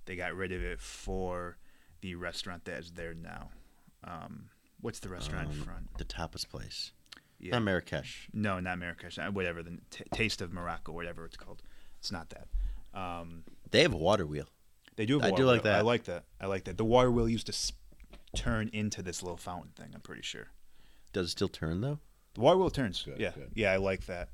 B: they got rid of it for the restaurant that is there now. Um, what's the restaurant in
A: Um,
B: front?
A: The tapas place.
B: Yeah.
A: Not Marrakesh.
B: No, not Marrakesh. uh, Whatever the t- taste of Morocco, whatever it's called. It's not that. Um,
A: They have a water wheel.
B: they do. Have a
A: I
B: water
A: do like
B: wheel. I
A: that.
B: like that. I like that. The water wheel used to s turn into this little fountain thing. I'm pretty sure.
A: Does it still turn though?
B: The water wheel turns.
C: Good,
B: yeah,
C: good.
B: yeah, I like that.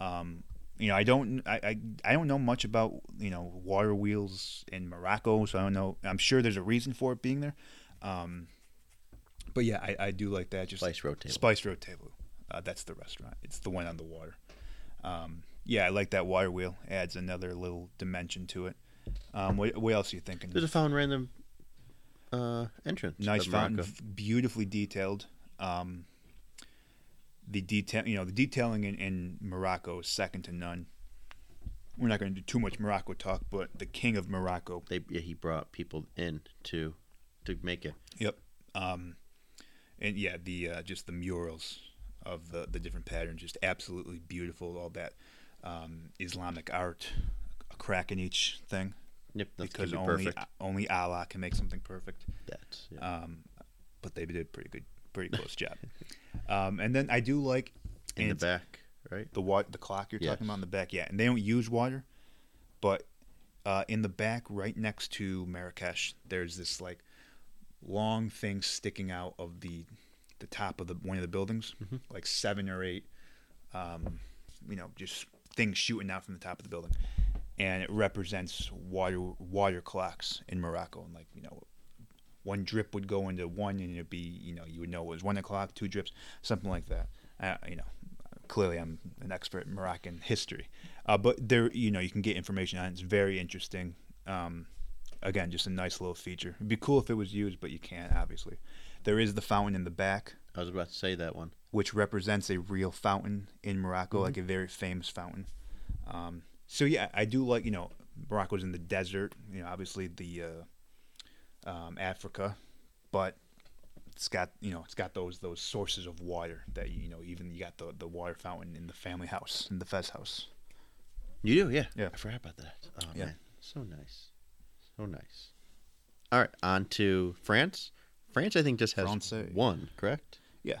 B: Um, you know, I don't, I, I, I don't know much about you know water wheels in Morocco, so I don't know. I'm sure there's a reason for it being there. Um, but yeah, I, I do like that. Just
A: Spice Road Table.
B: Spice Road Table. Uh, that's the restaurant. It's the one on the water. Um, yeah, I like that water wheel. Adds another little dimension to it. Um, what, what else are you thinking?
A: There's a fountain random uh, entrance.
B: nice
A: of
B: fountain,
A: Morocco.
B: f- beautifully detailed. Um, the detail, you know, the detailing in, in Morocco is second to none. We're not going to do too much Morocco talk, but the king of Morocco.
A: They yeah, he brought people in to to make it.
B: Yep. Um, and yeah, the uh, just the murals of the the different patterns, just absolutely beautiful. All that um, Islamic art, a crack in each thing,
A: Yep, nothing
B: because
A: could be
B: only
A: perfect.
B: only Allah can make something perfect.
A: That's yeah.
B: um, but they did a pretty good, pretty close job. Um, and then I do like
A: in the
B: and it's-
A: back, right?
B: the wa- the clock you're
A: Yes.
B: talking about in the back, yeah. And they don't use water, but uh, in the back, right next to Marrakesh, there's this like long thing sticking out of the the top of the one of the buildings,
A: Mm-hmm.
B: like seven or eight, um, you know, just things shooting out from the top of the building, and it represents water water clocks in Morocco, and like you know. One drip would go into one, and it'd be you know you would know it was one o'clock, two drips, something like that. Uh, you know, clearly I'm an expert in Moroccan history, uh, but there you know you can get information on it. It's very interesting. Um, again, just a nice little feature. It'd be cool if it was used, but you can't obviously. There is the fountain in the back,
A: I was about to say that one.
B: which represents a real fountain in Morocco,
A: Mm-hmm.
B: like a very famous fountain. Um, so yeah, I do like you know Morocco's in the desert. You know, obviously the uh, um, Africa, but it's got you know it's got those those sources of water that you know even you got the the water fountain in the family house in the Fez house.
A: You do, yeah.
B: Yeah.
A: I forgot about that. Oh
B: Yeah.
A: man, so nice, so nice. All right, on to France. France, I think, just has
B: France.
A: one, correct?
B: Yeah,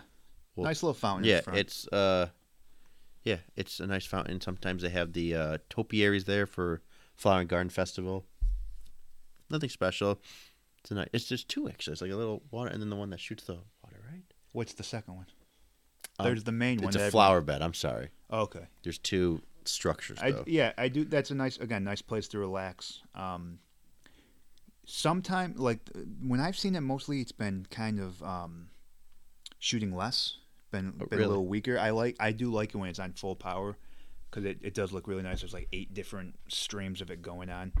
A: Well,
B: nice little fountain.
A: yeah,
B: in front.
A: it's uh, yeah, it's a nice fountain. Sometimes they have the uh, topiaries there for flower and garden festival. Nothing special. It's a nice. It's just two actually. It's like a little water, and then the one that shoots the water, right?
B: what's the second one?
A: Um,
B: There's the main one.
A: It's
B: that
A: a
B: every-
A: flower bed. I'm sorry.
B: Oh, okay.
A: There's two structures
B: I,
A: though.
B: yeah, I do. That's a nice, again, nice place to relax. Um, sometime, like th- when I've seen it, mostly it's been kind of um, shooting less, been
A: Oh,
B: been
A: really?
B: a little weaker. I like, I do like it when it's on full power because it, it does look really nice. There's like eight different streams of it going on.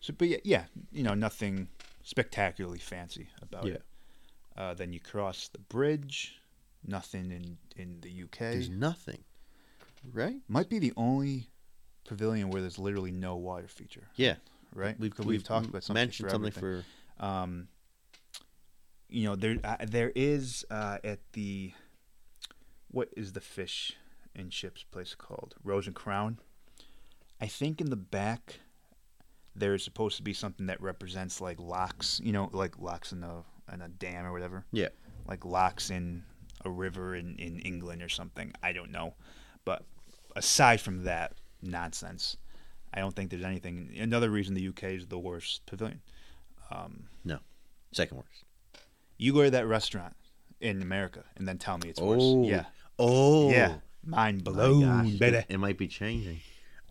B: So, but yeah, yeah you know, nothing spectacularly fancy about
A: Yeah.
B: it. Uh, then you cross the bridge. Nothing in in the UK.
A: There's nothing, right?
B: Might be the only pavilion where there's literally no water feature,
A: Yeah.
B: right?
A: We've,
B: 'Cause
A: we've,
B: talked about something
A: mentioned something
B: everything.
A: for
B: Um, you know, there uh, there is uh, at the what is the fish and chips place called Rose and Crown? I think in the back there is supposed to be something that represents like locks, you know, like locks in a in a dam or whatever
A: yeah.
B: like locks in a river in, in England or something. I don't know. But aside from that nonsense, I don't think there's anything. Another reason the UK is the worst pavilion.
A: No, second worst.
B: You go to that restaurant in America and then tell me it's worse. Yeah.
A: Oh
B: Yeah. Mind
A: My
B: blown,
A: gosh,
B: baby.
A: It, it might be changing.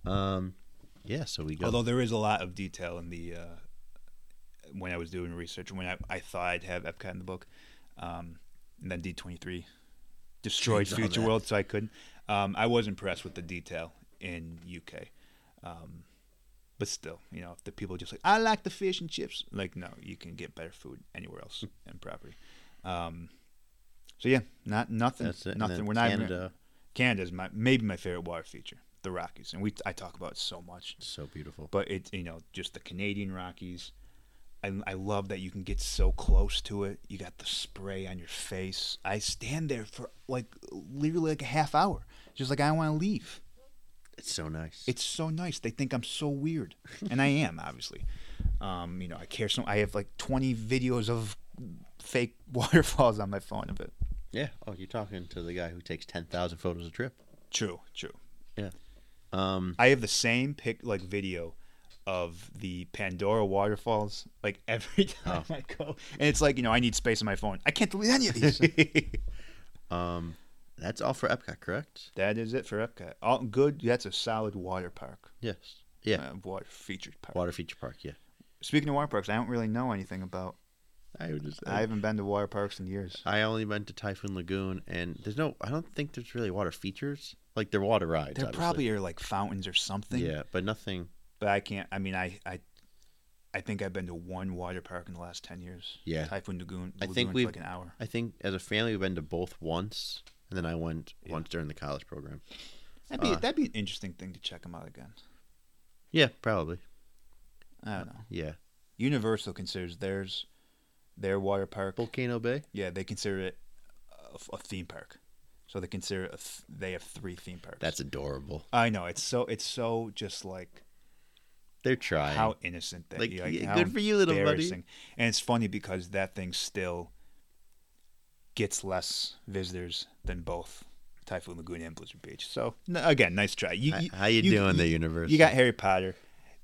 A: Um, yeah. So we go.
B: Although there is a lot of detail in the uh, when I was doing research, when I, I thought I'd have Epcot in the book, um, and then D twenty three destroyed
A: Changed all
B: Future
A: that.
B: World, so I couldn't. Um, I was impressed with the detail in UK, um, but still, you know, if the people just like I like the fish and chips, like no, you can get better food anywhere else
A: Hmm.
B: in property. Um, so yeah, not nothing,
A: That's it. And
B: nothing.
A: then
B: We're not even-
A: Canada.
B: Canada's my maybe my favorite water feature, the Rockies, and we I talk about it so much
A: so beautiful.
B: but it you know just the Canadian Rockies. I, I love that you can get so close to it. You got the spray on your face. I stand there for like literally like a half hour, just like I want to leave.
A: It's so nice.
B: It's so nice. They think I'm so weird, and I am obviously. Um, you know, I care so. I have like 20 videos of fake waterfalls on my phone of it.
A: yeah. Oh, you're talking to the guy who takes ten thousand photos a trip.
B: True, true.
A: Yeah. Um,
B: I have the same pic like video of the Pandora waterfalls like every time
A: Oh.
B: I go, and it's like you know I need space on my phone. I can't delete any of these.
A: um, That's all for Epcot, correct?
B: That is it for Epcot. All good. That's a solid water park.
A: Yes. Yeah.
B: Uh, water featured park.
A: Water feature park. Yeah.
B: Speaking of water parks, I don't really know anything about.
A: I would just.
B: I
A: I,
B: haven't been to water parks in years.
A: I only went to Typhoon Lagoon, and there's no. I don't think there's really water features. Like they're water rides.
B: There
A: obviously.
B: probably are like fountains or something.
A: Yeah, but nothing.
B: But I can't. I mean, I, I, I think I've been to one water park in the last ten years.
A: Yeah.
B: Typhoon Lagoon.
A: I
B: Lagoon
A: think
B: for
A: we've-
B: like an hour.
A: I think as a family we've been to both once, and then I went
B: Yeah.
A: once during the college program.
B: That'd be
A: uh,
B: that'd be an interesting thing to check them out again.
A: Yeah, probably. Uh,
B: I don't know.
A: Yeah.
B: Universal considers theirs, their water park.
A: Volcano Bay.
B: Yeah, they consider it a, f- a theme park. So they consider it a th- they have three theme parks.
A: That's adorable.
B: I know it's so it's so just like
A: They're trying.
B: how innocent that
A: Like,
B: yeah,
A: yeah,
B: how
A: good for you, little buddy.
B: embarrassing. And it's funny because that thing still gets less visitors than both Typhoon Lagoon and Blizzard Beach. So n- again, nice try. You,
A: H- how you, doing there, universe?
B: You got Harry Potter.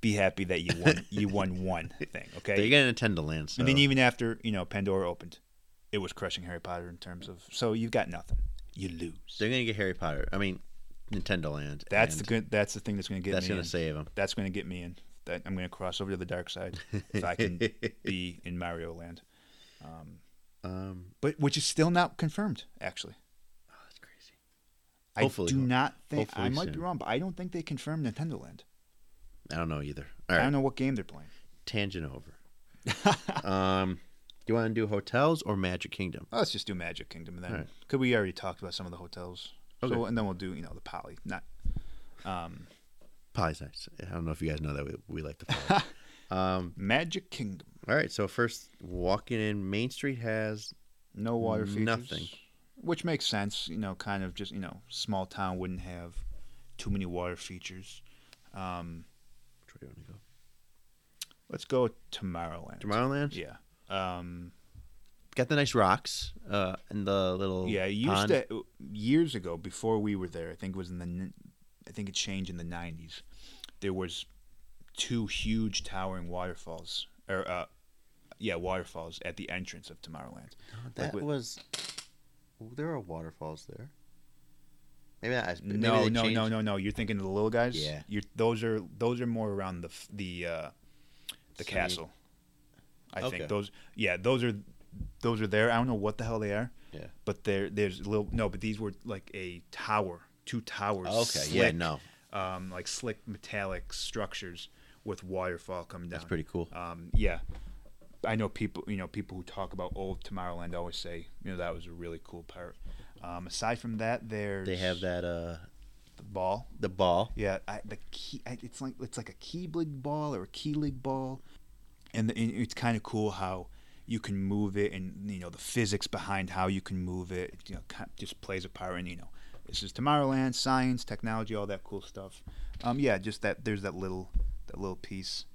B: Be happy that you won. You won one thing. Okay.
A: They're gonna attend to land. So.
B: And then even after you know Pandora opened, it was crushing Harry Potter in terms of so you've got nothing. You lose.
A: they're gonna get Harry Potter. I mean, Nintendo Land.
B: That's the
A: and
B: good. That's the thing that's going to get
A: That's
B: me.
A: gonna
B: in.
A: save them.
B: That's going to get me in. That I'm going to cross over to the dark side if I can be in Mario Land. Um,
A: Um,
B: but which is still not confirmed. Actually,
A: oh, that's crazy.
B: I
A: Hopefully-
B: do not think.
A: hopefully
B: I might be
A: soon.
B: wrong, but I don't think they confirmed Nintendo Land.
A: I don't know either. All
B: I
A: right,
B: don't know what game they're playing.
A: tangent over. um, do you want to do hotels or Magic Kingdom?
B: Well, let's just do Magic Kingdom and then.
A: All
B: Because
A: right.
B: we already talked about some of the hotels. So
A: Okay.
B: and then we'll do you know the Poly. Not. Um,
A: Pie's nice. I don't know if you guys know that we, we like the pie. um,
B: Magic Kingdom.
A: all right. So first, walking in Main Street has
B: No water features.
A: Nothing.
B: Which makes sense, you know, kind of just, you know, small town wouldn't have too many water features. Um,
A: which way do you want to go?
B: let's go Tomorrowland.
A: Tomorrowland.
B: Yeah. Um,
A: Got the nice rocks uh, and the little
B: yeah, it used
A: pond.
B: to years ago before we were there, I think it was in the n- I think it changed in the 90s. There was two huge towering waterfalls or uh yeah, waterfalls at the entrance of Tomorrowland.
A: That
B: with-
A: was. There are waterfalls there. Maybe that. Maybe
B: no,
A: they
B: no,
A: changed-
B: no, no, no. You're thinking of the little guys.
A: Yeah.
B: You're, those are those are more around the f- the uh, the
A: Sunny.
B: castle. I
A: Okay.
B: think those. Yeah, those are those are there. I don't know what the hell they are.
A: Yeah.
B: But there, there's a little no. But these were like a tower, two towers.
A: Okay. Yeah.
B: slick,
A: No.
B: Um, like slick metallic structures with waterfall coming down.
A: That's pretty cool.
B: Um, yeah. I know people, you know, people who talk about old Tomorrowland always say, you know, that was a really cool part. Um, aside from that, there's
A: They have that. Uh,
B: the ball.
A: the ball.
B: Yeah, I, the key. I, it's like it's like a Keeblig ball or a Keelig ball, and, the, and it's kind of cool how you can move it, and you know the physics behind how you can move it. You know, kind just plays a part in you know this is Tomorrowland, science, technology, all that cool stuff. Um, yeah, just that there's that little that little piece.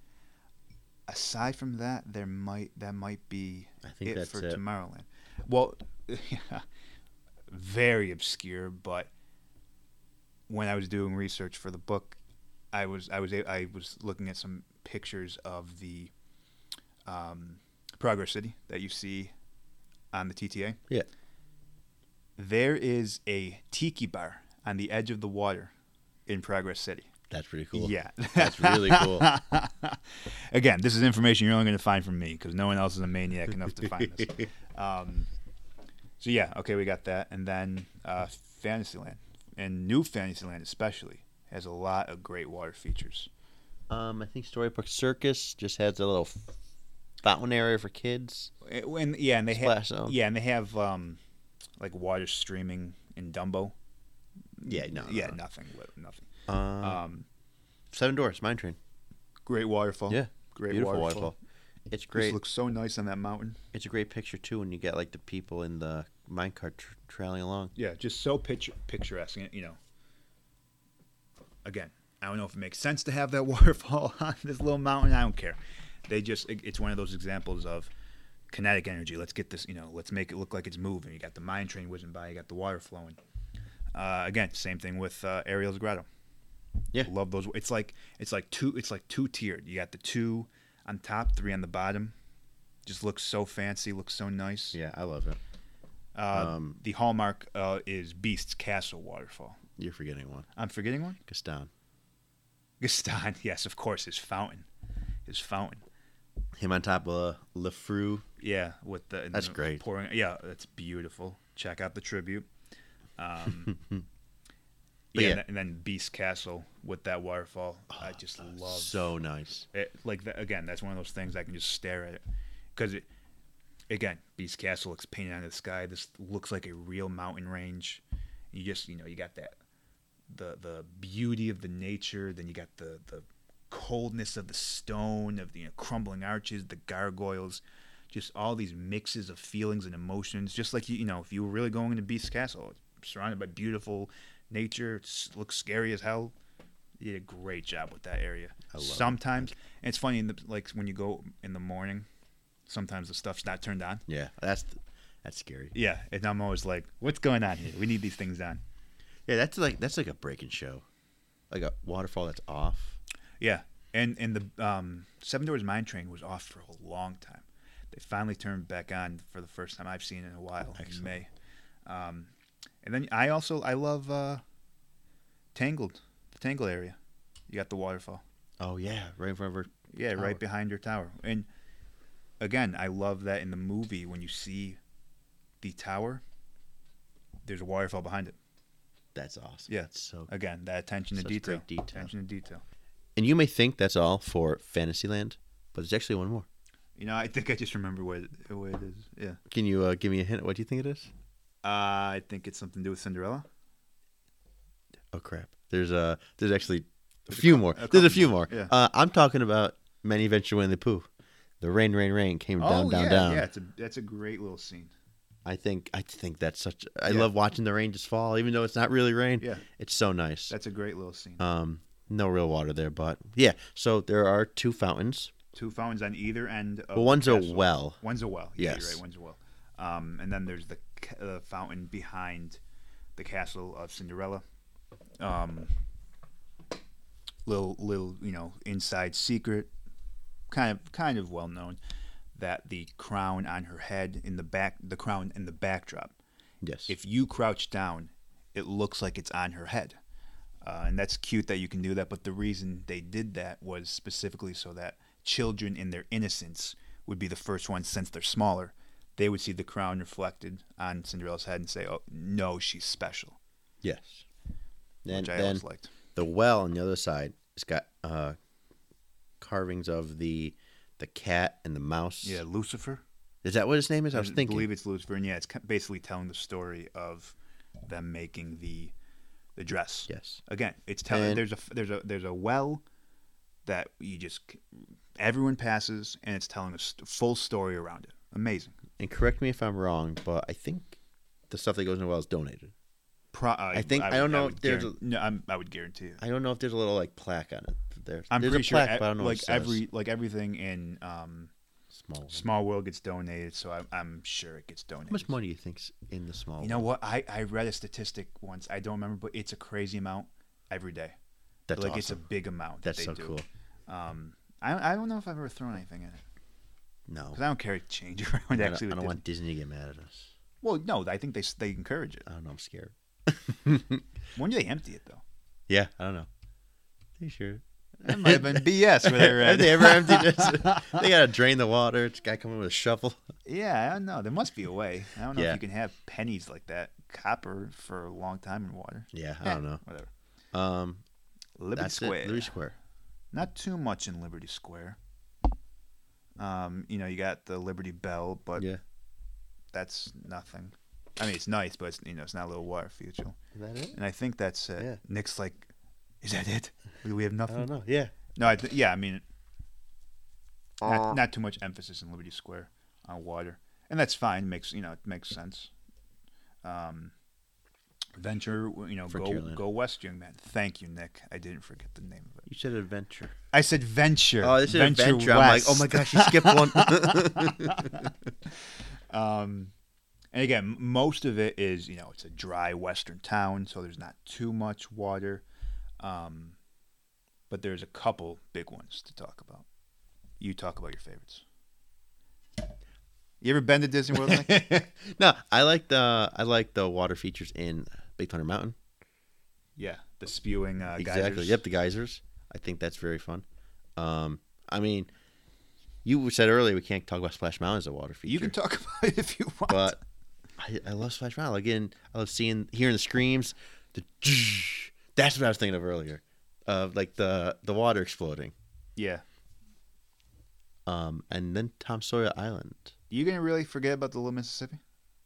B: Aside from that, there might that might be
A: I think
B: it
A: that's
B: for
A: it.
B: Tomorrowland. Well, yeah, very obscure, but when I was doing research for the book, I was I was a- I was looking at some pictures of the um, Progress City that you see on the TTA.
A: Yeah.
B: There is a tiki bar on the edge of the water in Progress City.
A: That's pretty cool.
B: Yeah.
A: That's really cool.
B: Again, this is information you're only going to find from me because no one else is a maniac enough to find this. Um, so yeah, okay, we got that, and then uh, Fantasyland, and New Fantasyland especially has a lot of great water features.
A: Um, I think Storybook Circus just has a little f- fountain area for kids.
B: Eh, And yeah, and they have
A: Splash Zone.
B: yeah, and they have um, like water streaming in Dumbo.
A: Yeah, no, no,
B: yeah,
A: no.
B: nothing, li- nothing.
A: Um,
B: Um,
A: Seven Doors, Mine Train.
B: great waterfall.
A: Yeah,
B: great
A: Beautiful
B: waterfall.
A: waterfall. It's great.
B: This looks so nice on that mountain.
A: it's a great picture too when you get like the people in the minecart tr- trailing along.
B: Yeah, just so picture picturesque. and, You know, again, I don't know if it makes sense to have that waterfall on this little mountain. I don't care. They just it- it's one of those examples of kinetic energy. Let's get this. You know, let's make it look like it's moving. You got the mine train whizzing by. You got the water flowing. Uh, again, same thing with uh, Ariel's Grotto.
A: Yeah.
B: love those. It's like it's like two. It's like two tiered. You got the two on top, three on the bottom. Just looks so fancy. Looks so nice.
A: Yeah, I love it.
B: Uh,
A: Um,
B: the hallmark uh, is Beast's Castle Waterfall.
A: You're forgetting one.
B: I'm forgetting one.
A: Gaston.
B: Gaston, yes, of course, his fountain, his fountain.
A: Him on top of LeFru.
B: Yeah, with the and
A: That's
B: the
A: great.
B: Pouring, yeah, that's beautiful. Check out the tribute. Um,
A: But
B: yeah,
A: yeah. Oh,
B: And, th- and then Beast Castle with that waterfall. I just love
A: So nice.
B: it, like that, again. That's one of those things I can just stare at it because it again Beast Castle looks painted out of the sky. This looks like a real mountain range. You just you know you got that the the beauty of the nature. Then you got the the coldness of the stone of the you know, crumbling arches, the gargoyles, just all these mixes of feelings and emotions. Just like you you know if you were really going into Beast Castle, surrounded by beautiful nature, it looks scary as hell. You did a great job with that area.
A: I love it.
B: sometimes and it's funny in the, like when you go in the morning, sometimes the stuff's not turned on.
A: Yeah, that's that's scary.
B: Yeah, and I'm always like, what's going on here? We need these things on.
A: Yeah, that's like that's like a breaking show, like a waterfall that's off.
B: Yeah, and and the um, Seven Doors Mine Train was off for a long time. They finally turned back on for the first time I've seen in a while in
A: Excellent.
B: May. Um, and then I also I love uh, Tangled, the Tangle area. You got the waterfall.
A: Oh yeah, right in front of her.
B: Yeah,
A: Tower.
B: right behind your tower. And again, I love that in the movie when you see the tower, there's a waterfall behind it.
A: That's awesome.
B: Yeah.
A: That's so.
B: Again, that attention to
A: Such
B: detail.
A: great detail.
B: Attention to detail.
A: And you may think that's all for Fantasyland, but there's actually one more.
B: You know, I think I just remember what it, what it is. Yeah.
A: Can you uh, give me a hint? What do you think it is?
B: Uh, I think it's something to do with Cinderella.
A: Oh crap! There's uh, there's actually a few more.
B: a
A: There's
B: couple
A: a few more.
B: yeah.
A: Uh, I'm talking about Many Adventures of Winnie the Pooh. The rain, rain, rain came down, down,
B: Oh, yeah,
A: down.
B: yeah. It's a that's a great little scene.
A: I think I think that's such. I
B: Yeah.
A: love watching the rain just fall, even though it's not really rain.
B: Yeah.
A: It's so nice.
B: That's a great little scene.
A: Um, no real water there, but yeah. So there are two fountains.
B: Two fountains on either end. Of
A: Well, one's
B: the
A: a
B: castle.
A: well.
B: One's a well. Yeah,
A: Yes.
B: you're right. One's a well. Um, and then there's the ca- uh, fountain behind the castle of Cinderella. Um, little, little, you know, inside secret, kind of, kind of well known that the crown on her head in the back, the crown in the backdrop.
A: Yes.
B: If you crouch down, it looks like it's on her head. Uh, and that's cute that you can do that, but the reason they did that was specifically so that children in their innocence would be the first ones since they're smaller. They would see the crown reflected on Cinderella's head and say, "Oh no, she's special,"
A: yes. Then,
B: which I
A: then
B: always liked.
A: the well on the other side, it's got uh, carvings of the the cat and the mouse.
B: Yeah, Lucifer.
A: Is that what his name is? I was thinking.
B: believe it's Lucifer, and yeah, it's ki- basically telling the story of them making the the dress.
A: yes.
B: Again, it's telling
A: And-
B: there's a there's a there's a well that you just everyone passes, and it's telling a st- full story around it. Amazing.
A: And correct me if I'm wrong, but I think the stuff that goes in the well is donated.
B: Pro- uh,
A: I think- I don't know if there's a-
B: guaran- no. I'm, I would guarantee it.
A: I don't know if there's a little like plaque on it. There,
B: I'm
A: there's
B: pretty
A: a plaque,
B: sure e-
A: but I don't know what
B: like
A: it says.
B: every like everything in um,
A: small. One.
B: Small World gets donated, so I'm, I'm sure it gets donated.
A: How much money do you think's in the small?
B: You know what? I, I read a statistic once. I don't remember, but it's a crazy amount every day.
A: That's
B: like
A: awesome.
B: it's a big amount.
A: That's
B: that
A: so
B: they do.
A: cool.
B: Um, I, I don't know if I've ever thrown anything in it
A: No,
B: because I don't carry change around.
A: I don't,
B: actually,
A: I
B: with
A: don't
B: Disney.
A: want Disney to get mad at us.
B: Well, no, I think they s- they encourage it.
A: I don't know. I'm scared.
B: When do they empty it though?
A: Yeah, I don't know. Pretty sure.
B: That might have been BS where they were
A: Have
B: at.
A: they ever emptied this? they gotta drain the water. It's a guy coming with a shovel.
B: Yeah, I don't know. There must be a way. I don't know
A: Yeah.
B: if you can have pennies like that, copper for a long time in water.
A: Yeah, I don't know.
B: Whatever.
A: Um,
B: Liberty
A: that's
B: Square.
A: it. Liberty Square.
B: Not too much in Liberty Square. Um, you know, you got the Liberty Bell, but
A: Yeah.
B: that's nothing. I mean, it's nice, but it's, you know, it's not a little water feature.
A: Is that it?
B: And I think that's it.
A: Yeah.
B: Nick's like, "Is that it? We- We have
A: I
B: nothing."
A: don't know. Yeah.
B: No, I th- yeah, I mean,
A: Uh,
B: not, not too much emphasis in Liberty Square on water, and that's fine. Makes you know it makes sense. Um, venture, you know, go
A: Frontierland.
B: go west, young man. Thank you, Nick. I didn't forget the name of it.
A: You said adventure.
B: I said venture.
A: Oh, this is
B: venture
A: adventure. I'm like, oh my gosh,
B: west.
A: you skipped one.
B: Um, and again, m- most of it is you know it's a dry western town, so there's not too much water. Um, but there's a couple big ones to talk about. You talk about your favorites. You ever been to Disney World? Nick?
A: No, I like the I like the water features in Big Thunder Mountain.
B: yeah, the spewing uh,
A: exactly.
B: geysers.
A: Yep, the geysers. I think that's very fun. Um, I mean, you said earlier we can't talk about Splash Mountain as a water feature.
B: You can talk about it if you want.
A: but I, I love Splash Mountain again. I love seeing hearing the screams. The that's what I was thinking of earlier, of like the the water exploding.
B: yeah,
A: Um, and then Tom Sawyer Island.
B: you gonna really forget about the Little Mississippi?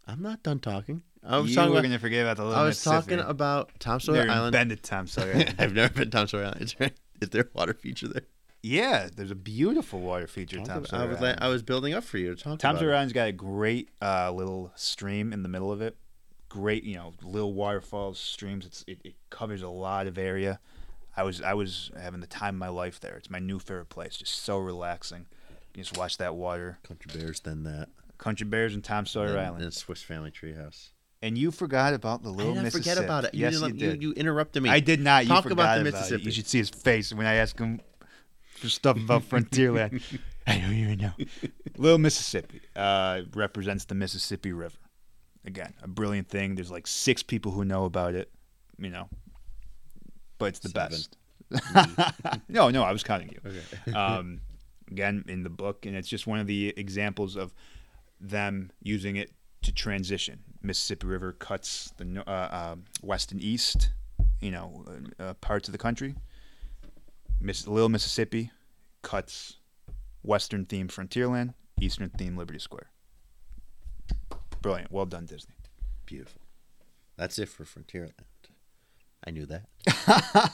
A: I'm not done talking. I was
B: you
A: talking.
B: were
A: About,
B: gonna forget about the Little
A: I was
B: Mississippi.
A: talking about Tom
B: Never
A: Sawyer
B: even
A: Island.
B: Been to Tom Sawyer.
A: I've never been to Tom Sawyer Island. Is there, is there a water feature there?
B: yeah, there's a beautiful water feature.
A: Talk
B: Tom
A: about-
B: Sawyer.
A: I was,
B: Island.
A: like, I was building up for you. to Talk
B: Tom
A: about it.
B: Sawyer Island's got a great uh, little stream in the middle of it. Great, you know, little waterfalls, streams. It's it, it covers a lot of area. I was I was having the time of my life there. It's my new favorite place. Just so relaxing. You just watch that water.
A: Country Bears, then that.
B: Country Bears and Tom Sawyer
A: then-
B: Island.
A: then Swiss Family Treehouse.
B: And you forgot about the little
A: I didn't
B: Mississippi.
A: forget about it. You,
B: yes,
A: didn't let-
B: you
A: you,
B: did.
A: you interrupted me.
B: I did not. You
A: Talk
B: forgot
A: about the
B: it.
A: Mississippi.
B: You should see his face when I ask him for stuff about Frontierland. I don't even know. Little Mississippi uh, represents the Mississippi River. Again, a brilliant thing. There's like six people who know about it, you know, but it's the
A: Seven. Mm.
B: best. no, no, I was counting you.
A: Okay.
B: um, again, in the book, and it's just one of the examples of them using it to transition. Mississippi River cuts the no- uh, uh, west and east, you know, uh, uh, parts of the country. Miss Little Mississippi cuts western theme Frontierland, eastern theme Liberty Square. Brilliant. Well done, Disney.
A: Beautiful. That's it for Frontierland. I knew that.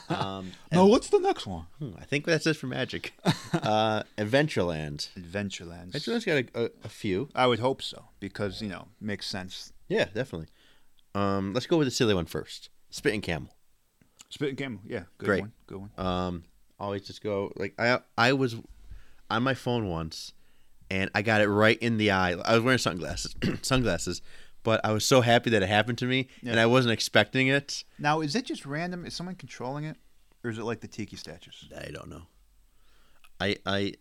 A: um,
B: No, what's the next one?
A: and- hmm, I think that's it for Magic. Uh, Adventureland.
B: Adventureland.
A: Adventureland's got a, a, a few.
B: I would hope so because you know makes sense.
A: Yeah, definitely. Um, let's go with the silly one first. Spit and Camel.
B: Spit and Camel, yeah, good
A: Great.
B: one, good one.
A: Um, always just go like I I was on my phone once, and I got it right in the eye. I was wearing sunglasses, sunglasses, but I was so happy that it happened to me, and
B: Yeah.
A: I wasn't expecting it.
B: Now, is it just random? Is someone controlling it, or is it like the tiki statues?
A: I don't know. I I.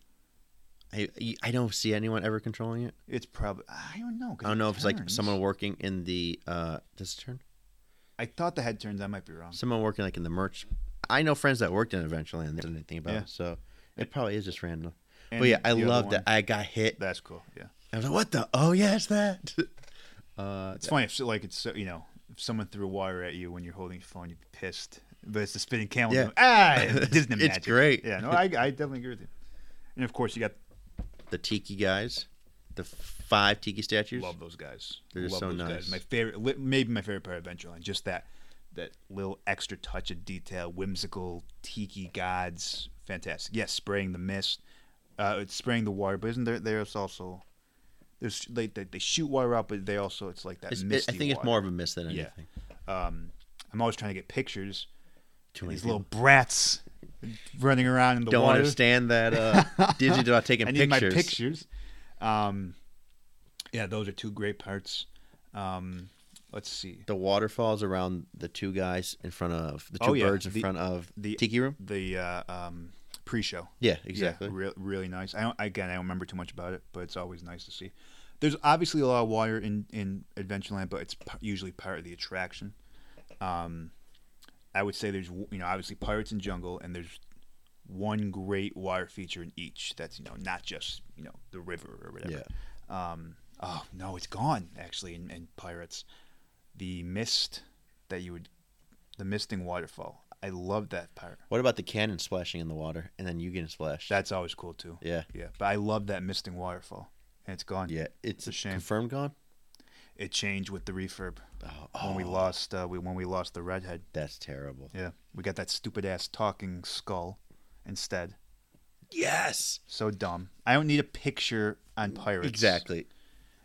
A: I, I don't see anyone ever controlling it.
B: It's probably I don't know. 'cause
A: I don't
B: it
A: know if it's like
B: turns.
A: someone working in the uh does it turn?
B: I thought the head turns. I might be wrong.
A: Someone working like in the merch. I know friends that worked in eventually and they didn't anything about
B: Yeah.
A: it. So it probably is just random.
B: And
A: but yeah, I
B: the other
A: love
B: one-
A: that I got hit
B: That's cool. Yeah,
A: I was like, "What the? Oh yeah, it's that." Uh,
B: it's funny. If so, like it's so, you know, if someone threw water at you when you're holding your phone, you'd be pissed. But it's the spinning camel.
A: Yeah.
B: doing, Ah, it's Disney
A: It's
B: magic.
A: great.
B: Yeah, no, I, I definitely agree with you. And of course, you got
A: the tiki guys, the five tiki statues.
B: love those guys.
A: They're just
B: love
A: so
B: those
A: nice.
B: Guys. My favorite, li- maybe my favorite part of Adventureland, just that that little extra touch of detail, whimsical tiki gods, fantastic. Yes, spraying the mist, uh, it's spraying the water, but isn't there? There's also there's they they, they shoot water out, but they also it's like that
A: It's- it-
B: misty.
A: I think it's
B: water.
A: more of a miss than
B: Yeah.
A: anything.
B: Um, I'm always trying to get pictures.
A: Too
B: of
A: many
B: These
A: people
B: little brats running around in the
A: don't
B: water.
A: understand that uh, Disney's about taking
B: I need
A: pictures.
B: my pictures. Um, yeah, those are two great parts. Um, let's see.
A: The waterfalls around the two guys in front of the two
B: Oh, yeah.
A: birds in
B: The-
A: front of the
B: the-
A: tiki room.
B: The uh, um, pre-show.
A: Yeah, exactly.
B: Yeah, real- really nice. I don't, again, I don't remember too much about it, but it's always nice to see. There's obviously a lot of water in in Adventureland, but it's p- usually part of the attraction. Um, I would say there's you know obviously Pirates and Jungle, and there's one great water feature in each. That's you know not just you know the river or whatever. Um, oh no, it's gone actually in, in Pirates. The mist that you would, the misting waterfall. I love that part.
A: What about the cannon splashing in the water and then you getting splashed?
B: That's always cool too.
A: yeah,
B: Yeah, but I love that misting waterfall, and it's gone.
A: yeah. It's,
B: a shame.
A: Confirmed gone.
B: it changed with the refurb
A: Oh,
B: when we
A: oh,
B: lost. Uh, we when we lost the redhead.
A: That's terrible.
B: Yeah, we got that stupid ass talking skull instead.
A: Yes,
B: So dumb. I don't need a picture on pirates.
A: exactly.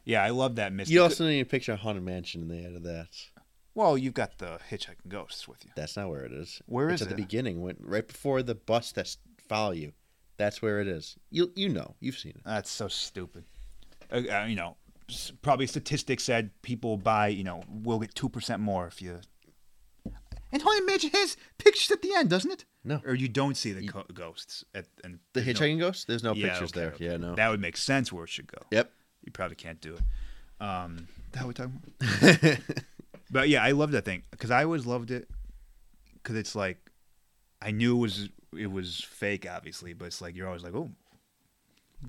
B: Yeah, I love that misting.
A: You also need a picture of haunted mansion in the end of that.
B: well, you've got the hitchhiking ghosts with you.
A: That's not where it is.
B: Where
A: it's
B: is
A: at
B: it?
A: the beginning, when right before the bus that's follow you. That's where it is. You you know, you've seen it.
B: That's so stupid. Uh, uh, you know, s- probably statistics said people buy, you know, will get 2% more if you. And Haunted Mansion has pictures at the end, doesn't it?
A: No.
B: Or you don't see the co- ghosts. At, and
A: The
B: there's no-
A: hitchhiking ghost. There's no
B: Yeah,
A: pictures
B: okay,
A: there.
B: okay.
A: Yeah, no.
B: That would make sense where it should go.
A: yep.
B: You probably can't do it. Um, the hell we talking about? But yeah, I love that thing because I always loved it because it's like I knew it was it was fake, obviously, but it's like you're always like, oh,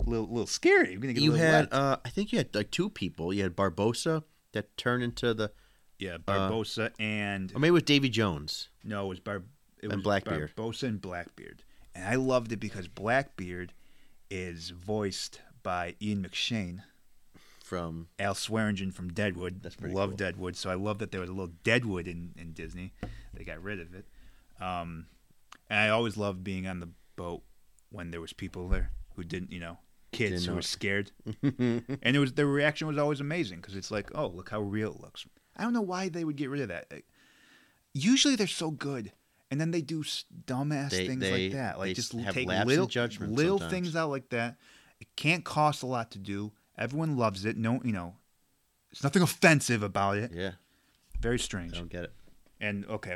B: little little scary. You're gonna get a
A: you
B: little
A: had,
B: wet.
A: uh, I think you had like two people. You had Barbosa that turned into the,
B: yeah,
A: Uh,
B: Barbosa and
A: or maybe it was Davy Jones.
B: no, it was Bar it
A: um, and
B: was
A: Blackbeard.
B: Barbosa and Blackbeard, and I loved it because Blackbeard is voiced by Ian McShane.
A: From
B: Al Swearingen from Deadwood.
A: That's pretty
B: love
A: cool.
B: Deadwood, so I love that there was a little Deadwood in, in Disney. They got rid of it. Um, and I always loved being on the boat when there was people there who didn't, you know,
A: Didn't
B: kids who
A: know.
B: were scared. and it was their reaction was always amazing because it's like, oh, look how real it looks. I don't know why they would get rid of that. Like, Usually they're so good, and then they do s- dumbass
A: They-
B: things
A: they-
B: like that. Like
A: they
B: just
A: have
B: take
A: lapse in
B: little
A: judgment
B: little
A: sometimes.
B: things out like that. It can't cost a lot to do. Everyone loves it. No, you know, it's nothing offensive about it.
A: yeah,
B: Very
A: I
B: strange.
A: don't get it.
B: And okay,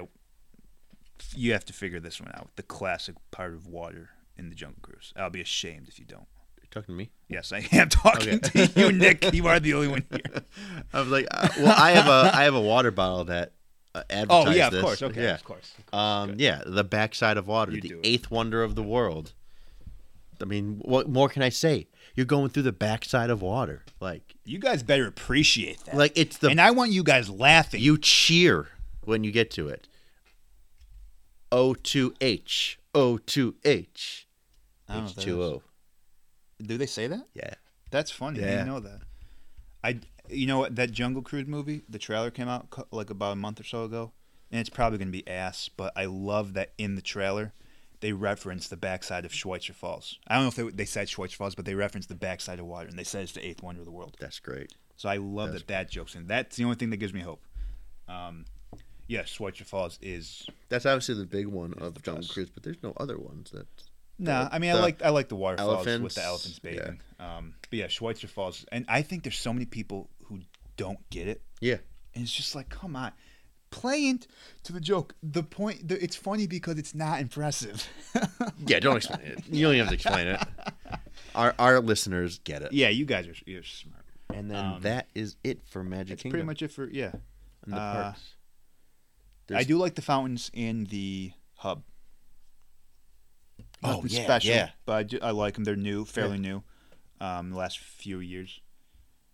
B: you have to figure this one out. The classic part of water in the Jungle Cruise. I'll be ashamed if you don't.
A: You're talking to me.
B: Yes, I am talking
A: Okay.
B: to you, Nick. You are the only one here.
A: I was like, uh, well, I have a I have a water bottle that uh,
B: Oh
A: advertises.
B: yeah, of
A: this.
B: course. Okay,
A: yeah.
B: of course.
A: Um, yeah, the backside of water,
B: You
A: the
B: do it.
A: eighth wonder of the world. I mean, what more can I say? You're going through the backside of water, like
B: You guys better appreciate that.
A: like it's the
B: and I want you guys laughing.
A: you cheer when you get to it. O2H, O2H,
B: I don't know what that
A: H2O.
B: do they say that?
A: Yeah,
B: That's funny. I
A: Yeah.
B: didn't know that. I, you know what? That Jungle Cruise movie, the trailer came out co- like about a month or so ago, and it's probably going to be ass. But I love that in the trailer, they reference the backside of Schweitzer Falls. I don't know if they they said Schweitzer Falls, but they reference the backside of water, and they said it's the eighth wonder of the world.
A: that's great.
B: So I love
A: That's
B: that that joke's in. That's the only thing that gives me hope. Um, yeah, Schweitzer Falls is.
A: That's obviously the big one of
B: the
A: Jungle
B: best.
A: Cruise, but there's no other ones that.
B: No,
A: The-
B: I mean I
A: the
B: like I like the waterfalls with
A: elephants,
B: the elephants
A: yeah.
B: bathing. Um, but yeah, Schweitzer Falls, and I think there's so many people who don't get it.
A: Yeah,
B: And it's just like, come on, play into the joke. The point, the, it's funny because it's not impressive.
A: yeah. Don't explain it. You don't even have to explain it. Our our listeners get it.
B: yeah, you guys are you're smart.
A: And then
B: Um,
A: that is it for Magic
B: That's
A: Kingdom
B: pretty much it for yeah.
A: and the
B: uh,
A: parks. There's-
B: I do like the fountains in the hub.
A: Oh,
B: Nothing
A: yeah,
B: special,
A: yeah.
B: But I, do, I like them. They're new, fairly new, um, the last few years.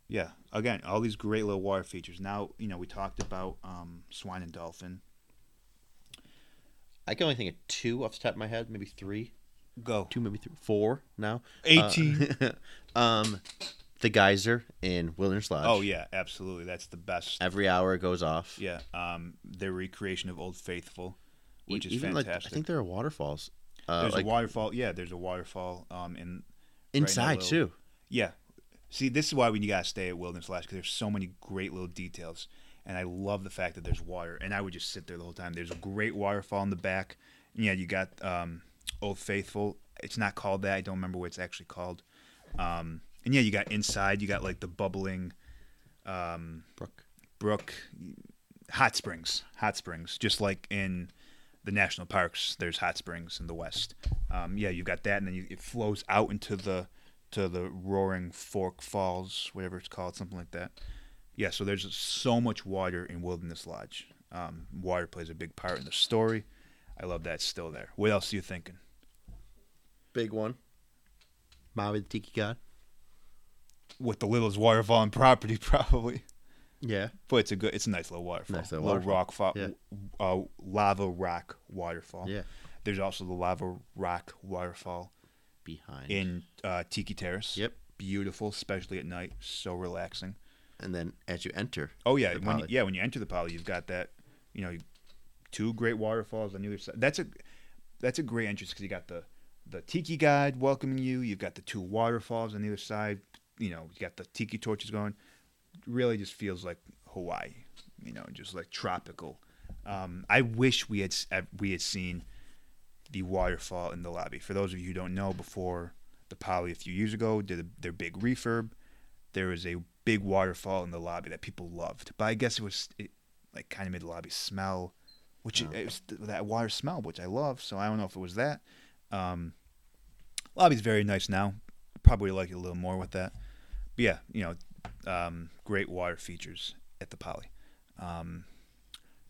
B: Yeah, again, all these great little water features. Now, you know, we talked about um, swine and dolphin.
A: I can only think of two off the top of my head, maybe three,
B: Go.
A: two, maybe three, four now. Uh,
B: 18.
A: um, the geyser in Wilderness Lodge.
B: oh yeah, absolutely. That's the best.
A: Every hour it goes off.
B: Yeah, um, their recreation of Old Faithful,
A: E-
B: which is
A: even
B: fantastic.
A: like I think there are waterfalls. Uh,
B: there's
A: like
B: a waterfall. Yeah, there's a waterfall. Um, in
A: inside
B: little-
A: too.
B: yeah, see, this is why we gotta stay at Wilderness Lodge because there's so many great little details, and I love the fact that there's water. And I would just sit there the whole time. There's a great waterfall in the back. Yeah, you got um, Old Faithful. It's not called that. I don't remember what it's actually called. Um, and yeah, you got inside. You got like the bubbling
A: Brook.
B: brook hot springs hot springs just like in the national parks there's hot springs in the west um, yeah you've got that and then you, it flows out into the to the roaring fork falls whatever it's called something like that yeah so there's so much water in wilderness lodge um, water plays a big part in the story i love that it's still there what else are you thinking
A: Big one. Maui the Tiki God.
B: with the littlest waterfall on property probably
A: Yeah.
B: but it's a good it's a nice little waterfall
A: Nice little
B: little rock fall
A: Yeah.
B: uh, lava rock waterfall
A: Yeah.
B: There's also the Lava Rock Waterfall
A: Behind.
B: in uh, Tiki Terrace.
A: Yep.
B: Beautiful, especially at night. So relaxing.
A: And then as you enter.
B: Oh yeah,
A: The
B: when you,
A: Pali.
B: yeah when you enter the Pali, you've got that, you know, two great waterfalls on either side. That's a that's a great entrance because you got the the Tiki guide welcoming you. You've got the two waterfalls on either side. You know, you got the Tiki torches going. Really, just feels like Hawaii. You know, just like tropical. Um, I wish we had s- uh, we had seen the waterfall in the lobby. For those of you who don't know, before the Poly a few years ago did a, their big refurb, there was a big waterfall in the lobby that people loved. But I guess it was it, like kind of made the lobby smell, which it, it was th- that water smell, which I love. So I don't know if it was that. Um, lobby's very nice now. Probably like it a little more with that. yeah, you know, um, great water features at the Poly. Um,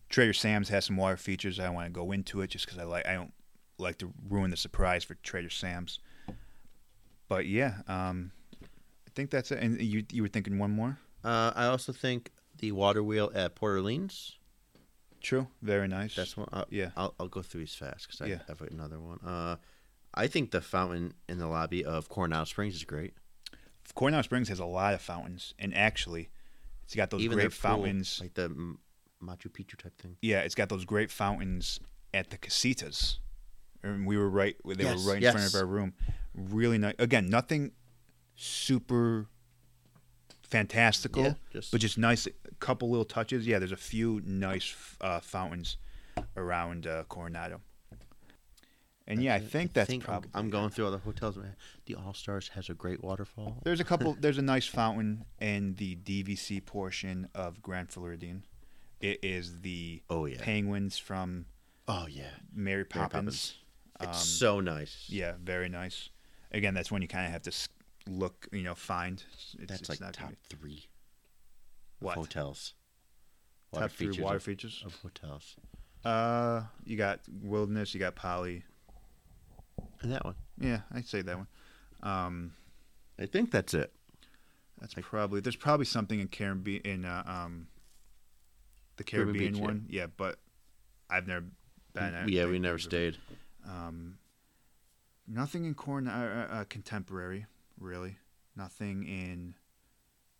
B: Trader Sam's has some water features. I want to go into it just because I like I don't like to ruin the surprise for Trader Sam's. But yeah, um, I think that's it. And you you were thinking one more?
A: Uh, I also think the water wheel at Port Orleans.
B: True. Very nice.
A: That's one. I,
B: Yeah.
A: I'll, I'll go through these fast because I
B: Yeah.
A: have another one. Uh, I think the fountain in the lobby of Coronado Springs is great.
B: Coronado Springs has a lot of fountains, and actually, it's got those
A: Even their
B: great
A: pool,
B: fountains.
A: like the M- Machu Picchu type thing.
B: yeah, it's got those great fountains at the casitas, and we were right. They
A: Yes,
B: were right in front
A: yes.
B: of our room. Really nice. Again, nothing super fantastical,
A: Yeah, just-
B: but just nice. A couple little touches. Yeah, there's a few nice f- uh, fountains around uh, Coronado. And yeah, I
A: That's it.
B: think that's
A: think I'm-
B: probably.
A: I'm going through all the hotels. in my head. The All Stars has a great waterfall.
B: There's a couple. there's a nice fountain in the DVC portion of Grand Floridian. It is the
A: Oh, yeah.
B: penguins from
A: Oh yeah,
B: Mary Poppins. Um,
A: Poppins. it's so nice.
B: Yeah, very nice. Again, that's when you kind of have to s- look, you know, find. It's,
A: that's
B: it's
A: like
B: not
A: top
B: gonna be-
A: three of
B: What?
A: hotels.
B: top three
A: features
B: water
A: of,
B: features.
A: of hotels.
B: Uh, you got wilderness. You got poly.
A: And that one,
B: Yeah, I'd say that one. Um,
A: I think that's it.
B: that's probably there's probably something in Caribbean in uh, um, the
A: Caribbean
B: Caribbean
A: Beach, yeah.
B: one. Yeah. but I've never been. I don't
A: yeah,
B: think
A: we
B: I've
A: never
B: ever-
A: stayed.
B: Um, nothing in corn uh, uh, uh, contemporary, really. Nothing in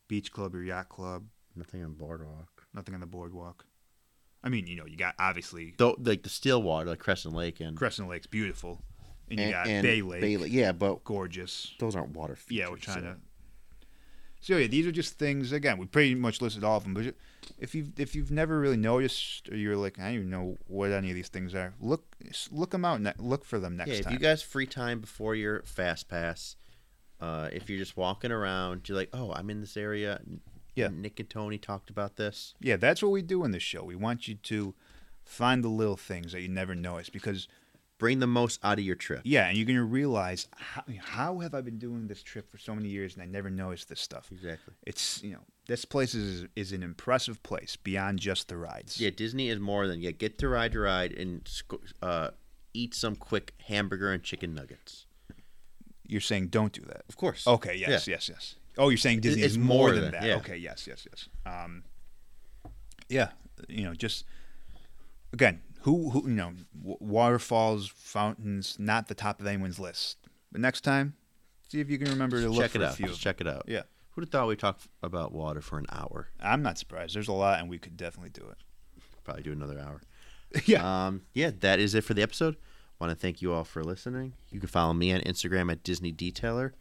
B: beach club or yacht club.
A: Nothing on Boardwalk.
B: Nothing on the boardwalk. I mean, you know, you got obviously
A: Though, like the Stillwater, like Crescent Lake, and
B: Crescent Lake's beautiful, and you
A: and-
B: got
A: and
B: Bay Lake,
A: Yeah, but
B: gorgeous.
A: those aren't water features.
B: Yeah, we're trying
A: so-
B: to. So yeah, these are just things. Again, we pretty much listed all of them. But ju- if you have if you've never really noticed, or you're like, I don't even know what any of these things are. Look look them out. Ne- look for them next
A: Yeah, if
B: time.
A: you guys free time before your fast pass, uh, if you're just walking around, you're like, oh, I'm in this area. N-
B: Yeah.
A: Nick and Tony talked about this.
B: Yeah, that's what we do in this show. We want you to find the little things that you never notice because
A: Bring the most out of your trip.
B: yeah, and you're gonna realize how, how have I been doing this trip for so many years and I never noticed this stuff.
A: Exactly.
B: It's you know this place is is an impressive place beyond just the rides.
A: Yeah, Disney is more than yeah. Get to ride your ride and squ- uh, eat some quick hamburger and chicken nuggets.
B: You're saying don't do that.
A: Of course.
B: Okay. Yes.
A: Yeah.
B: Yes. Yes. Oh, you're saying Disney
A: it's
B: is more
A: more
B: than
A: than-
B: that.
A: yeah.
B: Okay. Yes. Yes. Yes. Um, yeah. You know, just again, who who you know, w- waterfalls, fountains, not the top of anyone's list. But next time, see if you can remember to look
A: Check
B: for
A: it
B: a
A: out.
B: few.
A: Just check it out.
B: Yeah.
A: Who'd have thought we talked about water for an hour?
B: I'm not surprised. There's a lot, and we could definitely do it.
A: Probably do another hour.
B: yeah.
A: Um, yeah, that is it for the episode. Want to thank you all for listening. You can follow me on Instagram at Disney Detailer.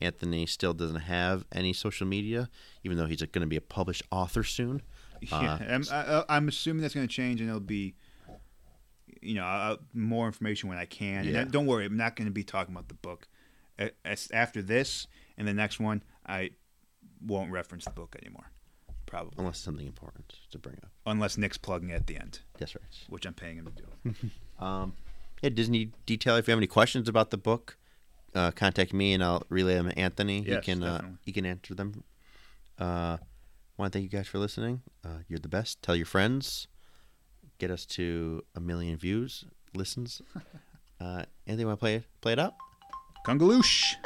A: Anthony still doesn't have any social media, even though he's going to be a published author soon.
B: yeah. I'm, I, I- I'm assuming that's going to change, and it'll be. You know, uh, more information when I can. And
A: Yeah.
B: don't worry, I'm not going to be talking about the book. A- as- After this and the next one, I won't reference the book anymore, probably,
A: Unless something important to bring up.
B: unless Nick's plugging it at the end,
A: That's right.
B: which I'm paying him to do.
A: Um, yeah, Disney Detailer. If you have any questions about the book, uh, contact me and I'll relay them to Anthony.
B: Yes,
A: he can uh,
B: definitely.
A: he can answer them. Uh, Want to thank you guys for listening. Uh, you're the best. Tell your friends. Get us to a million views, listens. Uh, Anthony, want to play it? Play it out.
B: Kungaloosh!